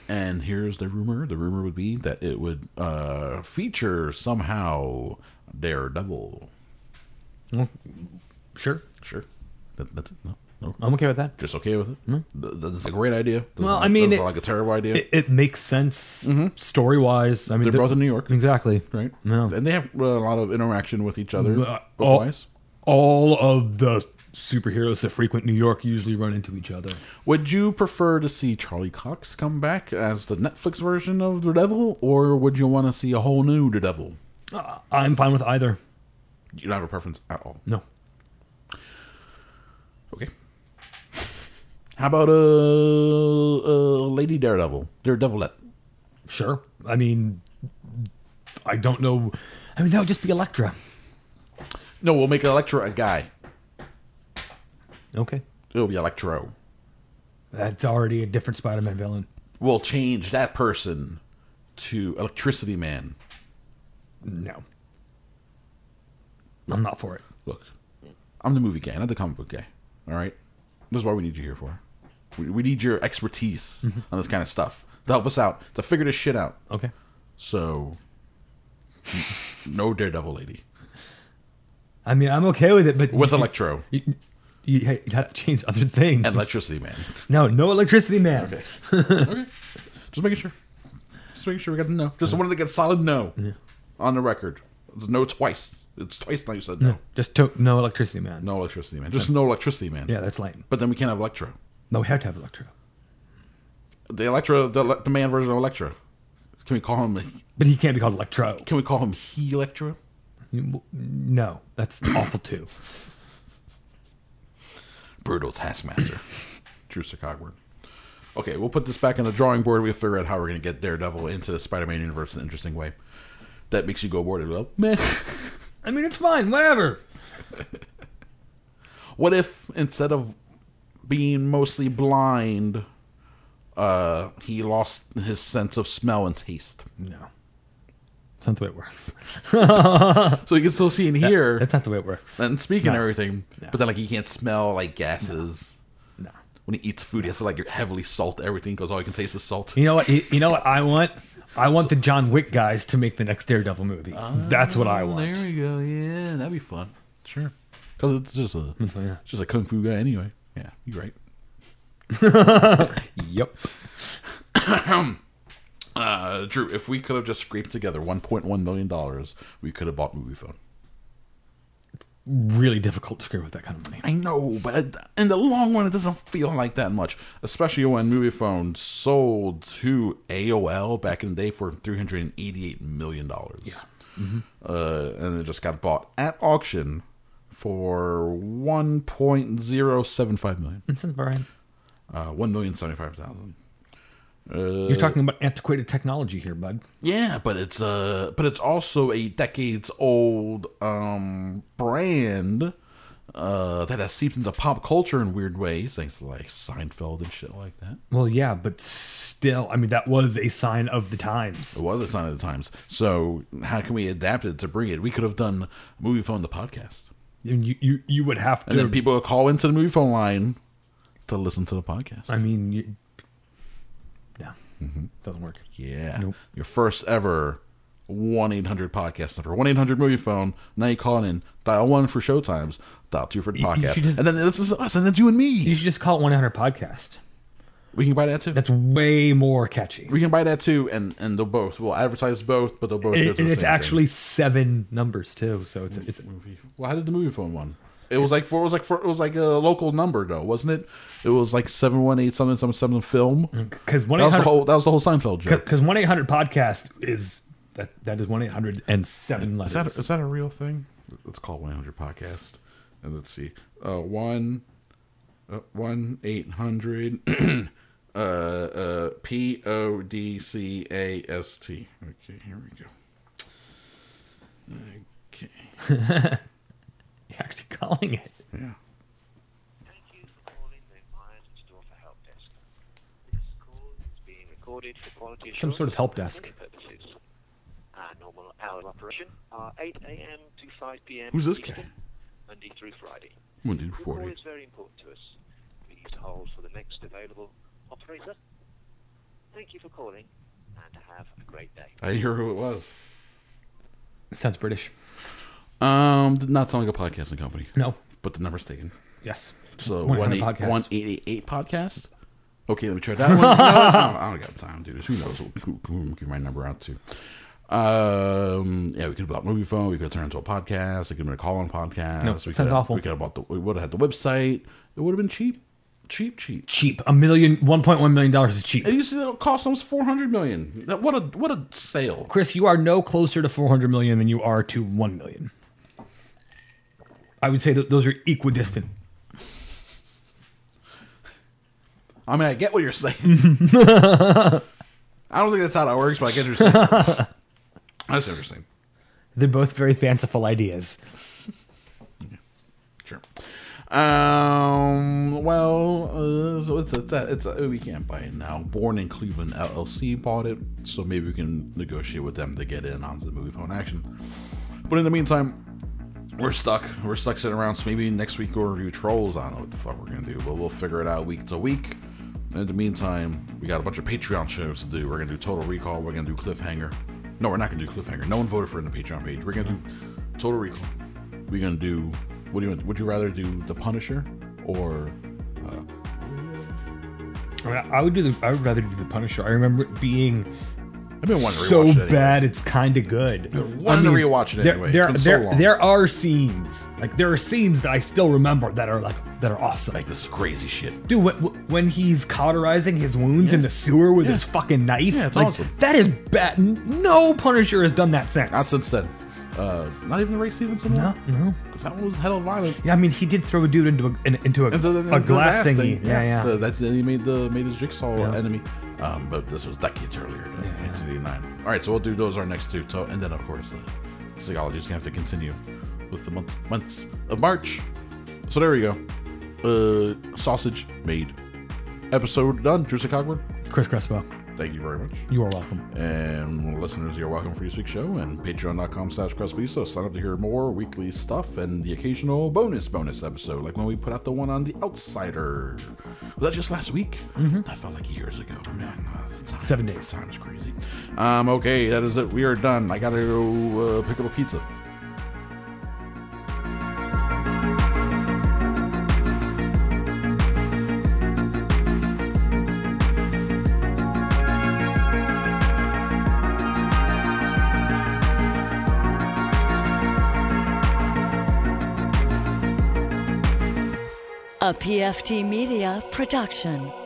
Speaker 5: And here's the rumor. The rumor would be that it would uh, feature somehow Daredevil.
Speaker 4: Sure,
Speaker 5: Sure. That, that's it. No, no.
Speaker 4: I'm okay with that.
Speaker 5: Just okay with it. Th- That's a great idea. Doesn't
Speaker 4: Well, I
Speaker 5: look-
Speaker 4: mean,
Speaker 5: doesn't
Speaker 4: it-
Speaker 5: like a terrible idea,
Speaker 4: It, it makes sense story wise. I mean,
Speaker 5: Mm-hmm. They're both in New York.
Speaker 4: exactly.
Speaker 5: right?
Speaker 4: No.
Speaker 5: and they have uh, a lot of interaction with each other.
Speaker 4: Uh, all,
Speaker 5: book-wise.
Speaker 4: all of the superheroes that frequent New York usually run into each other.
Speaker 5: Would you prefer to see Charlie Cox come back as the Netflix version of The Devil, or would you want to see a whole new The Devil?
Speaker 4: I'm fine with either.
Speaker 5: You don't have a preference at all.
Speaker 4: No.
Speaker 5: Okay. (laughs) How about a uh, uh, Lady Daredevil, Daredevilette?
Speaker 4: Sure. I mean, I don't know. I mean, that would just be Elektra.
Speaker 5: No, we'll make Electra a guy.
Speaker 4: Okay.
Speaker 5: It'll be Electro.
Speaker 4: That's already a different Spider Man villain.
Speaker 5: We'll change that person to Electricity Man.
Speaker 4: No. I'm not for it.
Speaker 5: Look, I'm the movie guy, not the comic book guy. All right, this is what we need you here for. We, we need your expertise on this kind of stuff to help us out to figure this shit out.
Speaker 4: Okay.
Speaker 5: So, (laughs) no Daredevil lady
Speaker 4: I mean, I'm okay with it, but
Speaker 5: with Electro.
Speaker 4: You- You, hey, you'd have to change other things.
Speaker 5: Electricity Man.
Speaker 4: No, no electricity man.
Speaker 5: Just making sure. Just making sure we got the no. Just wanted to get solid no on the record. It's no twice. It's twice now you said no.
Speaker 4: Just to, no electricity man.
Speaker 5: No electricity man. Just no electricity man.
Speaker 4: Yeah, that's lame.
Speaker 5: But then we can't have Electro.
Speaker 4: No, we have to have electro.
Speaker 5: The Electro, the, ele- the man version of Electro. Can we call him?
Speaker 4: But he can't be called electro.
Speaker 5: Can we call him He Electro?
Speaker 4: No, that's awful too.
Speaker 5: Brutal Taskmaster. (coughs) Drewster Cogburn. Okay, we'll put this back on the drawing board. We'll figure out how we're going to get Daredevil into the Spider Man universe in an interesting way. That makes you go bored. Well, meh.
Speaker 4: I mean, it's fine. Whatever.
Speaker 5: What if instead of being mostly blind, uh, he lost his sense of smell and taste?
Speaker 4: No, that's not the way it works.
Speaker 5: So he can still see and hear
Speaker 4: That's not the way it works.
Speaker 5: and speak and
Speaker 4: No.
Speaker 5: everything, but then like he can't smell like gases.
Speaker 4: No.
Speaker 5: When he eats food, he has to like heavily salt everything because all he can taste is salt.
Speaker 4: You know what? You, you know what I want? I want the John Wick guys to make the next Daredevil movie. That's what I want.
Speaker 5: There we go. Yeah, that'd be fun. Sure. Because it's just a
Speaker 4: yeah.
Speaker 5: it's just a kung fu guy anyway. Yeah, you're right.
Speaker 4: Yep.
Speaker 5: (coughs) Uh, Drew, if we could have just scraped together 1.1 million dollars, we could have bought movie phone.
Speaker 4: Really difficult to screw with that kind of money.
Speaker 5: I know, but it- in the long run, it doesn't feel like that much, especially when movie phone sold to AOL back in the day for 388 million dollars. Yeah. Uh, and it just got bought at auction for 1.075 million.
Speaker 4: Since Brian,
Speaker 5: Uh, one million seventy-five thousand.
Speaker 4: you're talking about antiquated technology here, bud.
Speaker 5: Yeah, but it's uh, but it's also a decades-old um brand uh that has seeped into pop culture in weird ways, thanks to like Seinfeld and shit like that.
Speaker 4: Well, yeah, but still, I mean, that was a sign of the times.
Speaker 5: It was a sign of the times. So how can we adapt it to bring it? We could have done movie phone the podcast,
Speaker 4: You, you, you would have
Speaker 5: and
Speaker 4: to.
Speaker 5: then people would call into the movie phone line to listen to the podcast.
Speaker 4: I mean, you, no,
Speaker 5: Mm-hmm.
Speaker 4: doesn't work.
Speaker 5: Yeah.
Speaker 4: Nope.
Speaker 5: Your first ever 1 800 podcast number 1 800 movie phone. Now you call in, dial one for showtimes, dial two for the
Speaker 4: You- you
Speaker 5: podcast.
Speaker 4: should just-
Speaker 5: and then this is us, and it's you and
Speaker 4: You
Speaker 5: me.
Speaker 4: should just call it 100 Podcast.
Speaker 5: We can buy that too.
Speaker 4: That's way more catchy.
Speaker 5: We can buy that too, and, and they'll both. We'll advertise both, but they'll both. go
Speaker 4: It-
Speaker 5: to the
Speaker 4: and it's
Speaker 5: same
Speaker 4: actually seven numbers too, so it's it's
Speaker 5: Thing. Well, how did the movie phone one? It was like for it was like for it was like a local number though, wasn't it? It was like seven one eight something something something film.
Speaker 4: because one
Speaker 5: That was the
Speaker 4: eight
Speaker 5: whole that was the whole Seinfeld joke.
Speaker 4: because one eight hundred podcast is that that is one eight hundred and seven
Speaker 5: Is that
Speaker 4: letters.
Speaker 5: is that a real thing? Let's call one hundred podcast and let's see. Uh, one, uh, one eight hundred. (clears throat) Uh, uh, P O D C A S T. Okay, here we go. Okay,
Speaker 4: You're actually calling it.
Speaker 5: yeah.
Speaker 8: Thank you for calling the Myers and Storfer Help Desk. This call is being recorded for quality
Speaker 4: Some
Speaker 8: assurance
Speaker 4: sort of help
Speaker 8: and
Speaker 4: desk.
Speaker 8: training Purposes. Our normal hour of operation are 8 a.m. to 5 p.m.
Speaker 5: Who's this
Speaker 8: Eastern,
Speaker 5: guy?
Speaker 8: Monday through Friday.
Speaker 5: I'm gonna do
Speaker 8: Your call
Speaker 5: forty.
Speaker 8: is very important to us. Please hold for the next available operator. Thank you for calling and have a great day.
Speaker 5: I hear who it was.
Speaker 4: It sounds British.
Speaker 5: Um, did not sound like a podcasting company,
Speaker 4: No.
Speaker 5: but the number's taken.
Speaker 4: Yes.
Speaker 5: So
Speaker 4: 1-800
Speaker 5: 1-8-
Speaker 4: podcast.
Speaker 5: 1-888 podcast. Okay, let me try that one. No, no, I don't got time, dude. Who knows? Who, who, who I'm giving my number out to? Um, yeah, we could have bought movie phone. We could have turned it into a podcast. We could have been a call-in podcast.
Speaker 4: No,
Speaker 5: we could
Speaker 4: sounds
Speaker 5: have,
Speaker 4: awful.
Speaker 5: We could have bought the. We would have had the website. It would have been cheap, cheap, cheap.
Speaker 4: Cheap. A million one point one million dollars is cheap.
Speaker 5: It used to cost almost four hundred million. That what a what a sale.
Speaker 4: Chris, you are no closer to four hundred million than you are to one million. I would say that those are equidistant.
Speaker 5: I mean, I get what you're
Speaker 4: (laughs)
Speaker 5: saying. I don't think that's how that works, but I get what you're saying.
Speaker 4: (laughs)
Speaker 5: that's interesting.
Speaker 4: They're both very fanciful ideas.
Speaker 5: Sure. Um. Well, uh, so it's it's a, it's a, we can't buy it now. Born in Cleveland LLC bought it, so maybe we can negotiate with them to get in on the movie phone action. But in the meantime, we're stuck. We're stuck sitting around. So maybe next week we'll review Trolls. I don't know what the fuck we're gonna do, but we'll figure it out week to week. In the meantime, we got a bunch of Patreon shows to do. We're gonna do Total Recall. We're gonna do Cliffhanger. No, we're not gonna do Cliffhanger. No one voted for it in the Patreon page. We're gonna do Total Recall. We're gonna do. What do you want? Would you rather do The Punisher or
Speaker 4: I, mean, I would do the. I would rather do the Punisher. I remember it being
Speaker 5: I've been wanting to
Speaker 4: so
Speaker 5: rewatch it anyway.
Speaker 4: bad it's kind of good.
Speaker 5: wanted to rewatch it
Speaker 4: there,
Speaker 5: anyway. It's
Speaker 4: There,
Speaker 5: been so
Speaker 4: there,
Speaker 5: long.
Speaker 4: there are scenes like there are scenes that I still remember that are like that are awesome.
Speaker 5: Like this is crazy shit.
Speaker 4: Dude, when, when he's cauterizing his wounds in the sewer with his fucking knife,
Speaker 5: Yeah, it's
Speaker 4: like,
Speaker 5: awesome.
Speaker 4: That is bad. No Punisher has done that since.
Speaker 5: Not since then. Uh, not even Ray Stevenson.
Speaker 4: no, no.
Speaker 5: because that one was hella violent.
Speaker 4: Yeah, I mean, he did throw a dude into a in, into a,
Speaker 5: And the- the- the
Speaker 4: a glass
Speaker 5: last
Speaker 4: thingy.
Speaker 5: thing,
Speaker 4: Yeah, yeah.
Speaker 5: The- that's he made the made his jigsaw
Speaker 4: Yeah.
Speaker 5: enemy. Um, but this was decades earlier, uh, 1989. All right, so we'll do those our next two. So, and then of course, uh, psychology's gonna have to continue with the months months of March. So there we go. Uh, sausage made. Episode done. Drew Cogburn.
Speaker 4: Chris Crespo,
Speaker 5: Thank you very much.
Speaker 4: you are welcome.
Speaker 5: And listeners, you're welcome for this week's show and patreon.com slash crustpiso. Sign up to hear more weekly stuff and the occasional bonus bonus episode, like when we put out the one on The Outsider. Was that just last week? That felt like years ago. Man, uh, the time-
Speaker 4: Seven days.
Speaker 5: Time is crazy. Um, okay, that is it. We are done. I gotta go uh, pick up a pizza.
Speaker 1: A PFT Media production.